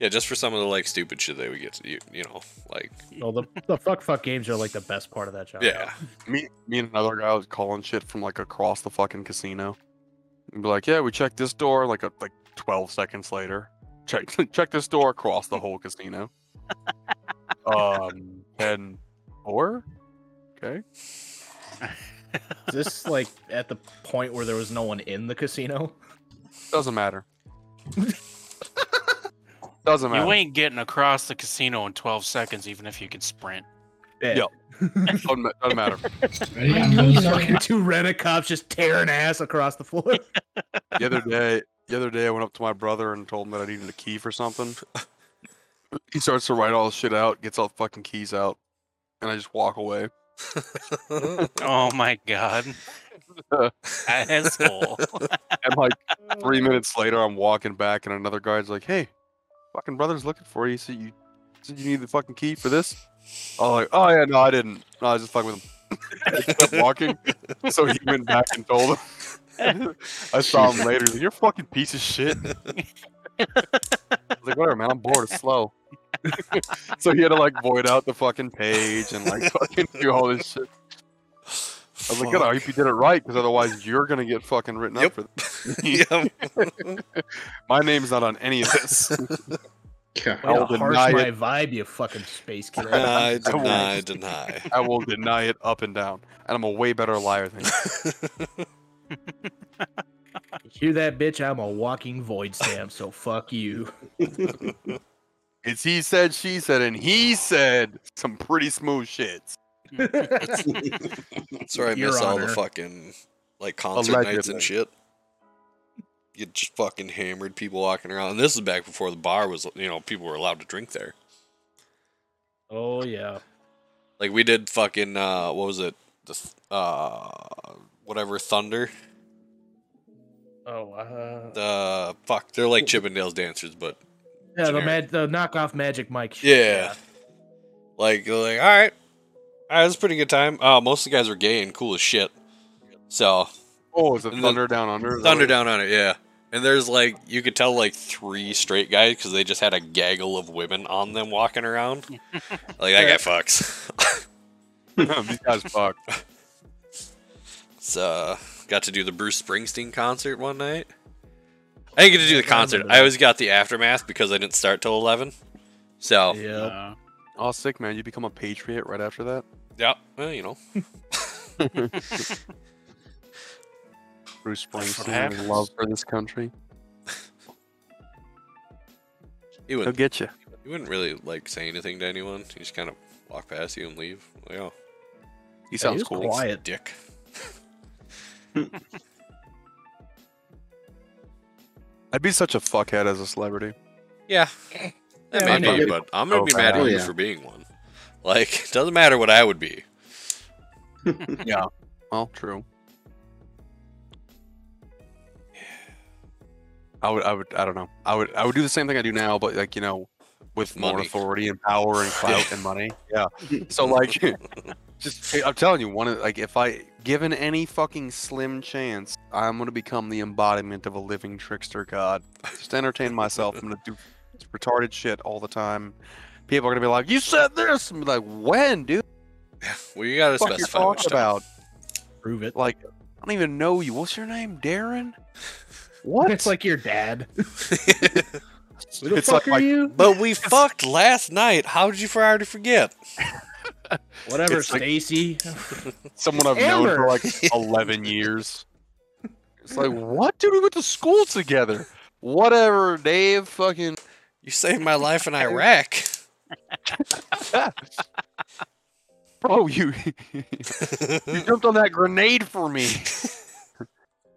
Yeah, just for some of the like stupid shit that we get to you, you know, like
Well, the, the fuck fuck games are like the best part of that job.
yeah.
Me, me and another guy was calling shit from like across the fucking casino. And be like, yeah, we checked this door. Like a, like twelve seconds later, check check this door across the whole casino. um, and four. Okay.
Is this like at the point where there was no one in the casino?
Doesn't matter. Doesn't matter.
You ain't getting across the casino in twelve seconds, even if you could sprint.
Yeah. Doesn't, ma- doesn't matter.
Ready?
I
I'm
know
going
you
second.
fucking two rent cops just tearing ass across the floor.
the other day the other day I went up to my brother and told him that I needed a key for something. he starts to write all the shit out, gets all the fucking keys out, and I just walk away.
Oh my god. Asshole.
And like three minutes later I'm walking back and another guard's like, Hey, fucking brother's looking for you. So you said you need the fucking key for this? I was like, Oh yeah, no, I didn't. No, I was just fucking with him. I just kept walking. So he went back and told him. I saw him later. he's like, You're a fucking piece of shit. I was like, whatever, man, I'm bored. It's slow. so he had to like void out the fucking page and like fucking do all this shit. I was like, good. I hope you did it right, because otherwise you're gonna get fucking written
Yep.
up for this.
Yep.
My name's not on any of this.
God.
I
Way
will
to
deny
harsh my
it.
vibe, you fucking space kid.
I
I
will-
deny, deny.
I will deny it up and down, and I'm a way better liar than you.
Hear that, bitch? I'm a walking void stamp, so fuck you.
It's he said, she said, and he said some pretty smooth shits.
That's where I
Your
miss all the
Honor.
fucking like concert nights and
Allegedly.
shit. You just fucking hammered people walking around. And this is back before the bar was, you know, people were allowed to drink there.
Oh yeah.
Like we did fucking uh what was it? The th- uh whatever Thunder.
Oh uh,
The fuck, they're like Chippendales dancers, but
yeah, the,
generic.
mag- the knockoff magic Mike. shit,
yeah. Like they're like, all right. All right, it was a pretty good time. Uh most of the guys were gay and cool as shit. So
Oh, is it
And the-
Thunder Down Under? Is that
Thunder
what it-
down on it, yeah. And there's like you could tell like three straight guys because they just had a gaggle of women on them walking around. like that guy fucks.
These guys fuck.
so got to do the Bruce Springsteen concert one night. I didn't get to do the
Yeah, I
concert.
remember
I
that.
always got the aftermath because I didn't start till eleven. So yeah,
Yeah.
Uh,
Oh, sick, man. You become a patriot right after that?
well, you know,
Bruce
That's what
Springsteen, and his love
happens.
for this country.
he
He'll
wouldn't
get you.
he wouldn't really like say anything to anyone. He just kind of walk past you and leave. Like oh,
He
Yeah,
sounds
was
cool.
Quiet.
dick.
I'd be such a fuckhead as a celebrity.
Yeah. That
Yeah,
may
I'm
be,
not-
but I'm gonna be mad at
Oh,
you
yeah.
for being one. Like, it doesn't matter what I would be.
Well, true. I would, I would, I don't know. I would, I would do the same thing I do now, but like you know, with more
Money.
authority and power and clout and money. Yeah. So like, just I'm telling you, one of like if I given any fucking slim chance, I'm gonna become the embodiment of a living trickster god. Just entertain myself. I'm gonna do retarded shit all the time. People are gonna be like, "You said this," and be like, "When, dude?
Well, you gotta
What the fuck you
specify which
talking
time.
about?"
Prove it.
like I don't even know you. What's your name, Darren? What?
It's like your dad. Who the
It's
fuck
like
are
my-
you?
But we fucked last night. How did you for already forget?
Whatever,
it's like-
Stacy.
someone I've known for like eleven years. It's like what, dude? We went to school together. Whatever, Dave. Fucking
You saved my life in Iraq.
bro, you you jumped on that grenade for me.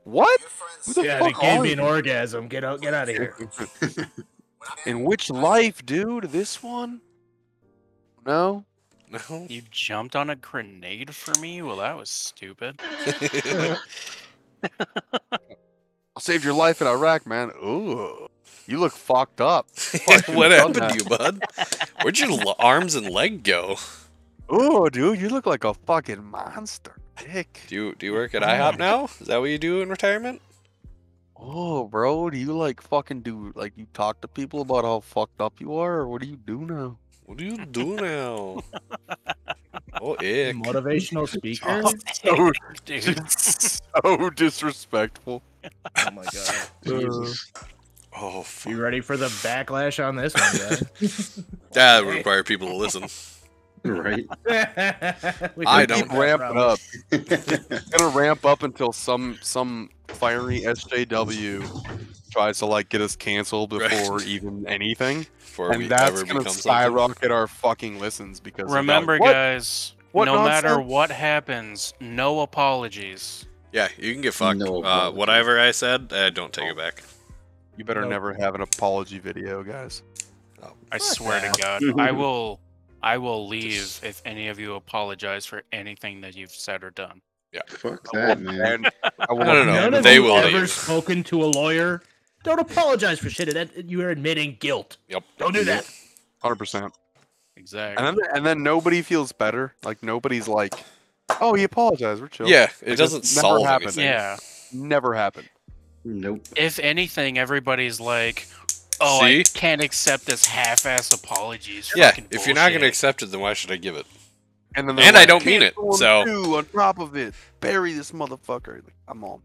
what? Who the
yeah,
fuck
it gave
are
me an
you?
orgasm. Get out, get out of here.
In which life, dude? This one? No.
no.
You jumped on a grenade for me? Well, that was stupid.
I saved your life in Iraq, man. Ooh, you look fucked up.
what
done
happened to you, bud? Where'd your l- arms and leg go?
Ooh, dude, you look like a fucking monster, dick.
Do you do you work at IHOP now? Is that what you do in retirement?
Oh, bro, do you like fucking do like you talk to people about how fucked up you are, or what do you do now?
What do you do now? Oh, ick.
Motivational speaker.
So, so
Dude,
disrespectful.
Oh my god.
Oh, fuck.
You ready for the backlash on this one,
That would require people to listen.
Right.
guys? We
I
can
don't
keep
keep that
ramping
problem.
up. it's gonna ramp up until some some fiery SJW tries to like get us canceled
Right.
before even anything,
Before we
and that's
ever
gonna
become something.
skyrocket our fucking listens because they're gonna be
remember,
like, "What?
guys,
What
no matter
nonsense?"
what happens, no apologies.
Yeah, you can get fucked.
No
uh,
apologies.
whatever I said, uh, don't take it back.
You better
Nope.
never have an apology video, guys.
I swear to God,
Mm-hmm.
I will. I will leave if any of you apologize for anything that you've said or done.
Fuck that, man.
And I will
No, no, no,
None of
they
you
will
ever
leave.
spoken to a lawyer. Don't apologize for shit. That you are admitting guilt.
Yep.
Don't do that.
hundred percent.
Exactly.
And then, and then nobody feels better. Like nobody's like, "Oh, he apologized. We're chill."
Yeah, it
Like,
doesn't
it's never
solve
happened.
anything.
yeah.
never happened.
Nope.
If anything, everybody's like, Oh, I
See?
can't accept this half-ass apologies.
yeah,
Fucking
if you're not going to
bullshit.
accept it, then why should I give it?
And, then
And I don't mean it,
"Cancel
so-
two on top of it, bury this motherfucker. Like, I'm on.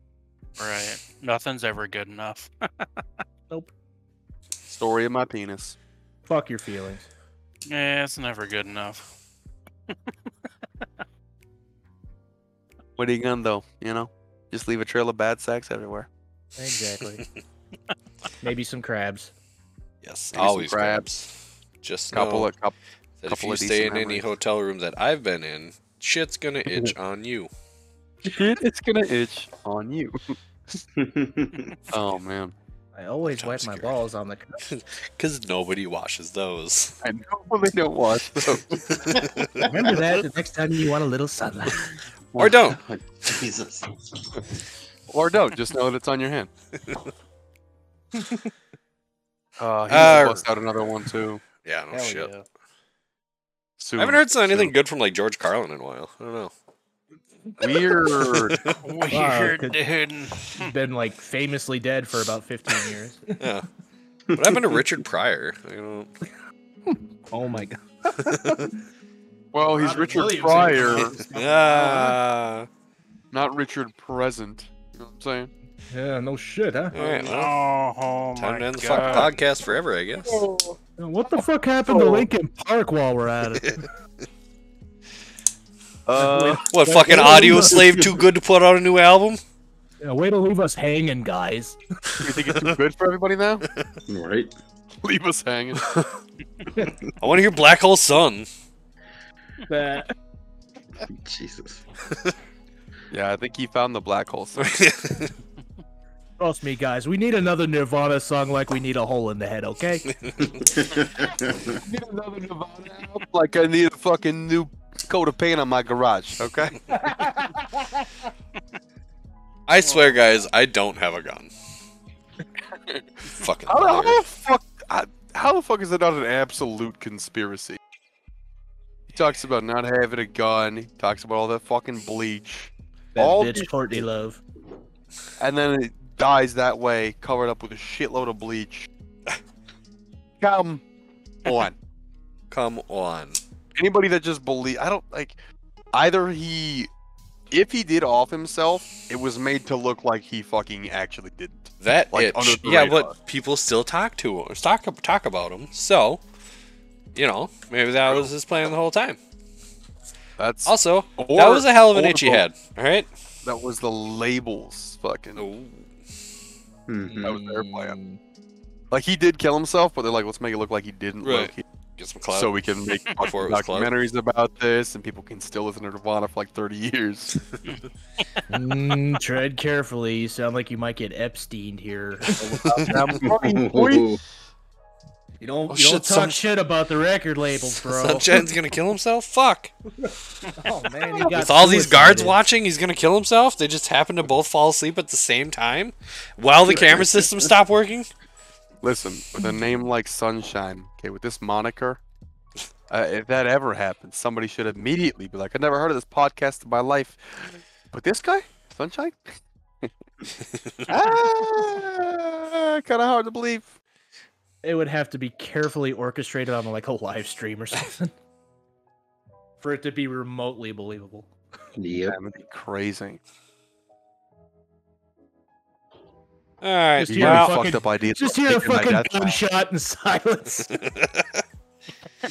Right. Nothing's ever good enough.
Story of my penis.
Fuck your feelings.
Yeah, it's never good enough.
What are you gonna though? You know, just leave a trail of bad sex everywhere.
Exactly. Maybe some crabs.
Yes,
Maybe some
always
crabs.
crabs. Just
Couple
know
of couple.
that if
couple
you
of
stay in
decent
any
memories.
hotel room that I've been in, shit's gonna itch on you.
Shit, it's gonna itch on you. Oh man,
I always
I'm
wipe my
scared.
balls on the. cr-
Cause nobody washes those.
I know they don't watch. Though.
Remember that the next time you want a little sunlight.
Or don't.
Jesus.
or don't. Just know that it's on your hand. Uh, he
Uh,
bust out another one too.
Yeah, no shit.
Soon.
I haven't heard anything good from like George Carlin in a while. I don't know.
Weird.
Weird,
could-
dude.
He's been like famously dead for about 15 years.
Yeah. What happened to Richard Pryor? I don't.
Oh my god.
Well, he's Richard Pryor, Oh
Ah.
not Richard Present. You know what I'm saying?
Yeah, no shit, huh?
all right. Well,
Oh, oh
time
my
to end the fucking
god.
podcast forever, I guess.
What the fuck happened to Lincoln Park while we're at it?
Uh,
What fucking audio slave? Too good to put out a new album?
Yeah, way to leave us hanging, guys.
you think it's too good for everybody now?
Right?
Leave us hanging.
I want to hear Black Hole Sun.
Jesus.
Yeah, I think he found the black hole. So
Trust me, guys. We need another Nirvana song like we need a hole in the head, okay?
I need another Nirvana album, like I need a fucking new coat of paint on my garage. Okay.
I swear, guys, I don't have a gun. Fucking
How the, how
liar.
the fuck? I, how the fuck is that not an absolute conspiracy? He talks about not having a gun. He talks about all that fucking bleach,
That
All
bitch
these-
Courtney Love.
and then it dies that way, covered up with a shitload of bleach. Come on.
Come on.
anybody that just believe I don't like either he if he did off himself, it was made to look like he fucking actually didn't.
That
Like, under
itch.
the
Yeah,
radar.
but people still talk to him, talk talk about him. So, you know, maybe that was his plan the whole time.
That's
Also, that
Or-
was a hell of an
or
itch he
both.
had. All right.
that was the labels fucking
Mhm.
that was their plan. Like he did kill himself, but they're like, let's make it look like he didn't
Right.
low-key,
Get some clout.
so we can make
Before it was clout.
documentaries about this and people can still listen to Nirvana for like thirty years.
Mm, tread carefully. You sound like you might get Epstein here.
Mm-hmm. Ooh.
You don't,
Oh,
you
shit,
don't talk
some-
shit about the record labels, bro.
Sunshine's gonna kill himself. Fuck.
Oh, man, he got
With all these guards
suicided.
watching, he's gonna kill himself. They just happen to both fall asleep at the same time while the camera system stopped working.
Listen, with a name like Sunshine, okay, with this moniker, uh, if that ever happens, somebody should immediately be like, "I never heard of this podcast in my life," but this guy, Sunshine, ah, kind of hard to believe.
It would have to be carefully orchestrated on like a live stream or something for it to be remotely believable.
Yep.
That would be crazy.
All right.
Just
You
hear
got
a
Well,
a
fucking-
fucked up idea.
Just
about
hear a
taking my
fucking
death knell.
gunshot in silence.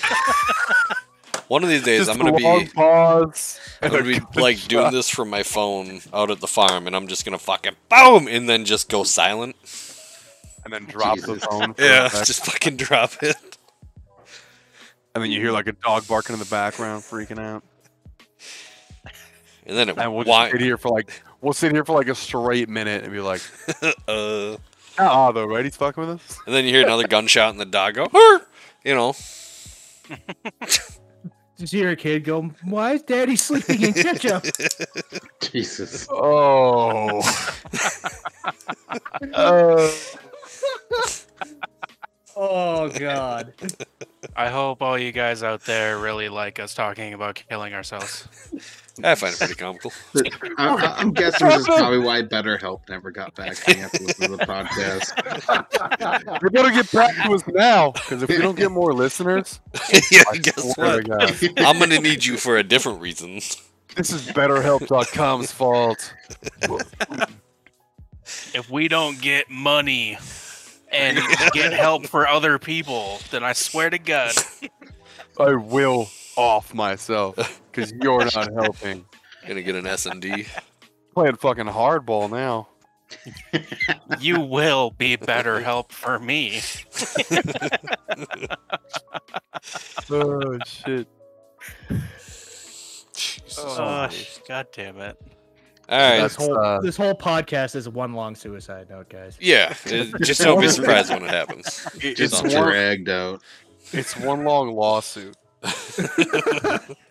one of these days,
Just
I'm gonna
a long
be.
pause.
I'm
and
gonna
a
be like doing
gunshot.
this from my phone out at the farm, and I'm just gonna fucking boom, and then just go silent.
and then drop the
Jesus.
phone. for a
Yeah,
sec,
just fucking drop it.
and then you hear like a dog barking in the background, freaking out.
And then it
And we'll just
wi-
sit here for like we'll sit here for like a straight minute and be like,
uh,
ah, though, right? He's fucking with us.
and then you hear another gunshot, and the dog go, "Hur!" you know,
Just hear a kid go, "Why is Daddy sleeping in ketchup?"
Jesus.
Oh. uh,
oh God!
I hope all you guys out there really like us talking about killing ourselves.
I find it pretty comical.
I, am guessing this is probably why BetterHelp never got back to me after listening to the podcast.
We better get back to us now, because if we don't get more listeners,
yeah,
I
guess
swear
what?
to God,
I'm gonna need you for a different reason.
this is BetterHelp.com's fault.
If we don't get money and get help for other people, then I swear to God,
I will off myself because you're not helping.
Gonna get an S and D.
Playing fucking hardball now.
you will be better help for me.
Oh shit!
Oh, God damn it.
All right.
this whole
uh,
this whole podcast is one long suicide note, guys.
Yeah, it- just don't be surprised when it happens.
Just
It's
one-
dragged out.
It's one long lawsuit.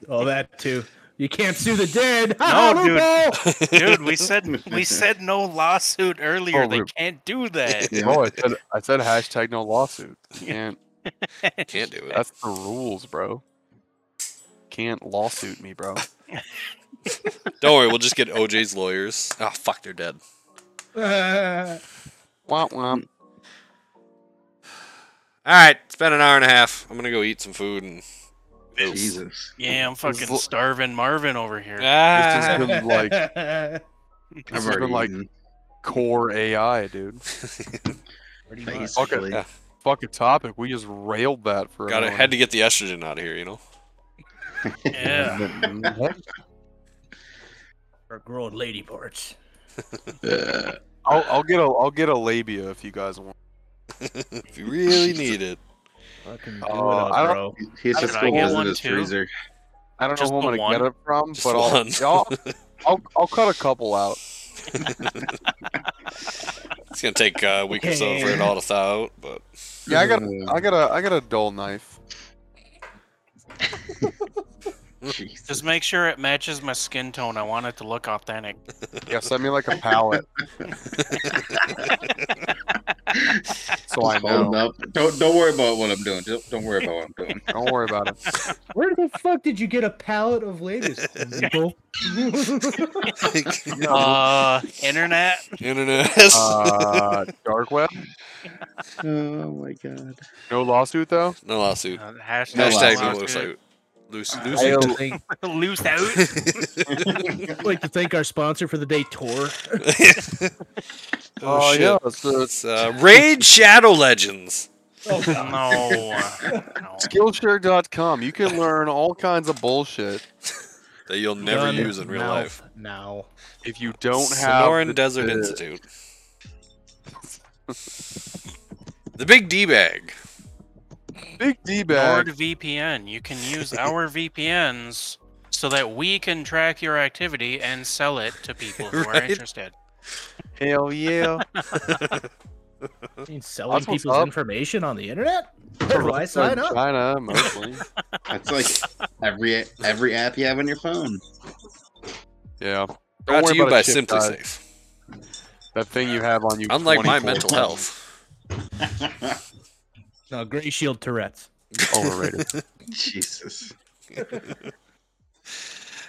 Oh, that too. You can't sue the dead.
No,
No,
dude.
no.
Dude, we said we said no lawsuit earlier.
Oh,
they
Rube.
can't do that.
Yeah.
No, I said I said hashtag no lawsuit. Can't.
Can't do it.
That's the rules, bro. Can't lawsuit me, bro.
Don't worry, we'll just get OJ's lawyers. Oh fuck, they're dead.
Womp womp.
All right, it's been an hour and a half. I'm gonna go eat some food and.
Jesus.
Yeah, I'm
This is
fucking
l-
starving Marvin over here.
This has
Ah.
been like
I've
this has been
already
like
eaten,
core AI, dude.
basically.
Yeah.
Fucking topic. We just railed that for.
Got
an
to
hour.
had to get the estrogen out of here, you know.
Yeah.
mm,
Or growing lady parts.
Uh,
I'll, I'll get a I'll get a labia if you guys want.
if you really need it.
Fucking do
Oh,
it up,
I don't-
bro.
he's
Should
just
I
going
get
in
one
his
too?
freezer.
I don't
Just
know who I'm
the
gonna get
one?
it from,
Just
but I'll,
one.
I'll I'll I'll cut a couple out.
It's gonna take uh, a week or so for it all to thaw out, but
Yeah, I got
Uh,
I got a I got a dull knife.
Jesus.
Just make sure it matches my skin tone. I want it to look authentic.
Yeah, send me like a pallet. so I
Just holding
know.
up. Oh, Don't don't worry about what I'm doing. Don't, don't worry about what I'm doing.
Don't worry about it.
Where the fuck did you get a pallet of ladies, people?
Oh.
Uh, internet.
internet.
Uh, dark web.
Oh my god.
No lawsuit though.
no lawsuit.
Uh, hashtag
Hashtag
no
no lawsuit. Loose, loose.
I don't
think,
Loose out.
I'd like to thank our sponsor for the day, Tor.
oh
Oh,
shit!
yeah, it's the
It's uh, Raid Shadow Legends.
No. no.
Skillshare.com. You can learn all kinds of bullshit
that you'll never
Done
use in real life.
mouth Now.
if you don't have.
Sonoran
the-
Desert
the-
Institute. the Big D Bag.
Big D bag.
NordVPN. You can use our VPNs so that we can track your activity and sell it to people who are
Right?
interested.
Hell yeah.
I mean, selling
That's what's
people's
up.
information on the internet? Where do I sign up?
China mostly.
That's like every every app you have on your phone.
Yeah. Don't
Brought
worry
to you
about
by
it, shit,
Simply
guys.
Safe.
That thing you have on you.
Unlike my
24
mental health.
No, Gray Shield Tourette's.
Overrated.
Jesus.
All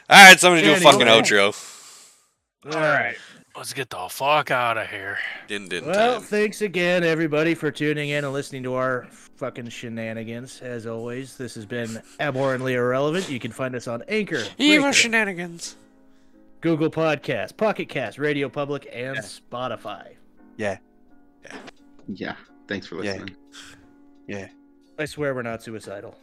right, somebody do a
Anyway.
fucking outro.
All right. Let's get the fuck out of here.
Din din
Well,
time.
thanks again, everybody, for tuning in and listening to our fucking shenanigans. As always, this has been Abhorrently Irrelevant. You can find us on Anchor, Breaker,
shenanigans.
Google Podcast, Pocket Cast, Radio Public, and Spotify.
Yeah. Thanks for
Yeah.
listening.
I swear we're not suicidal.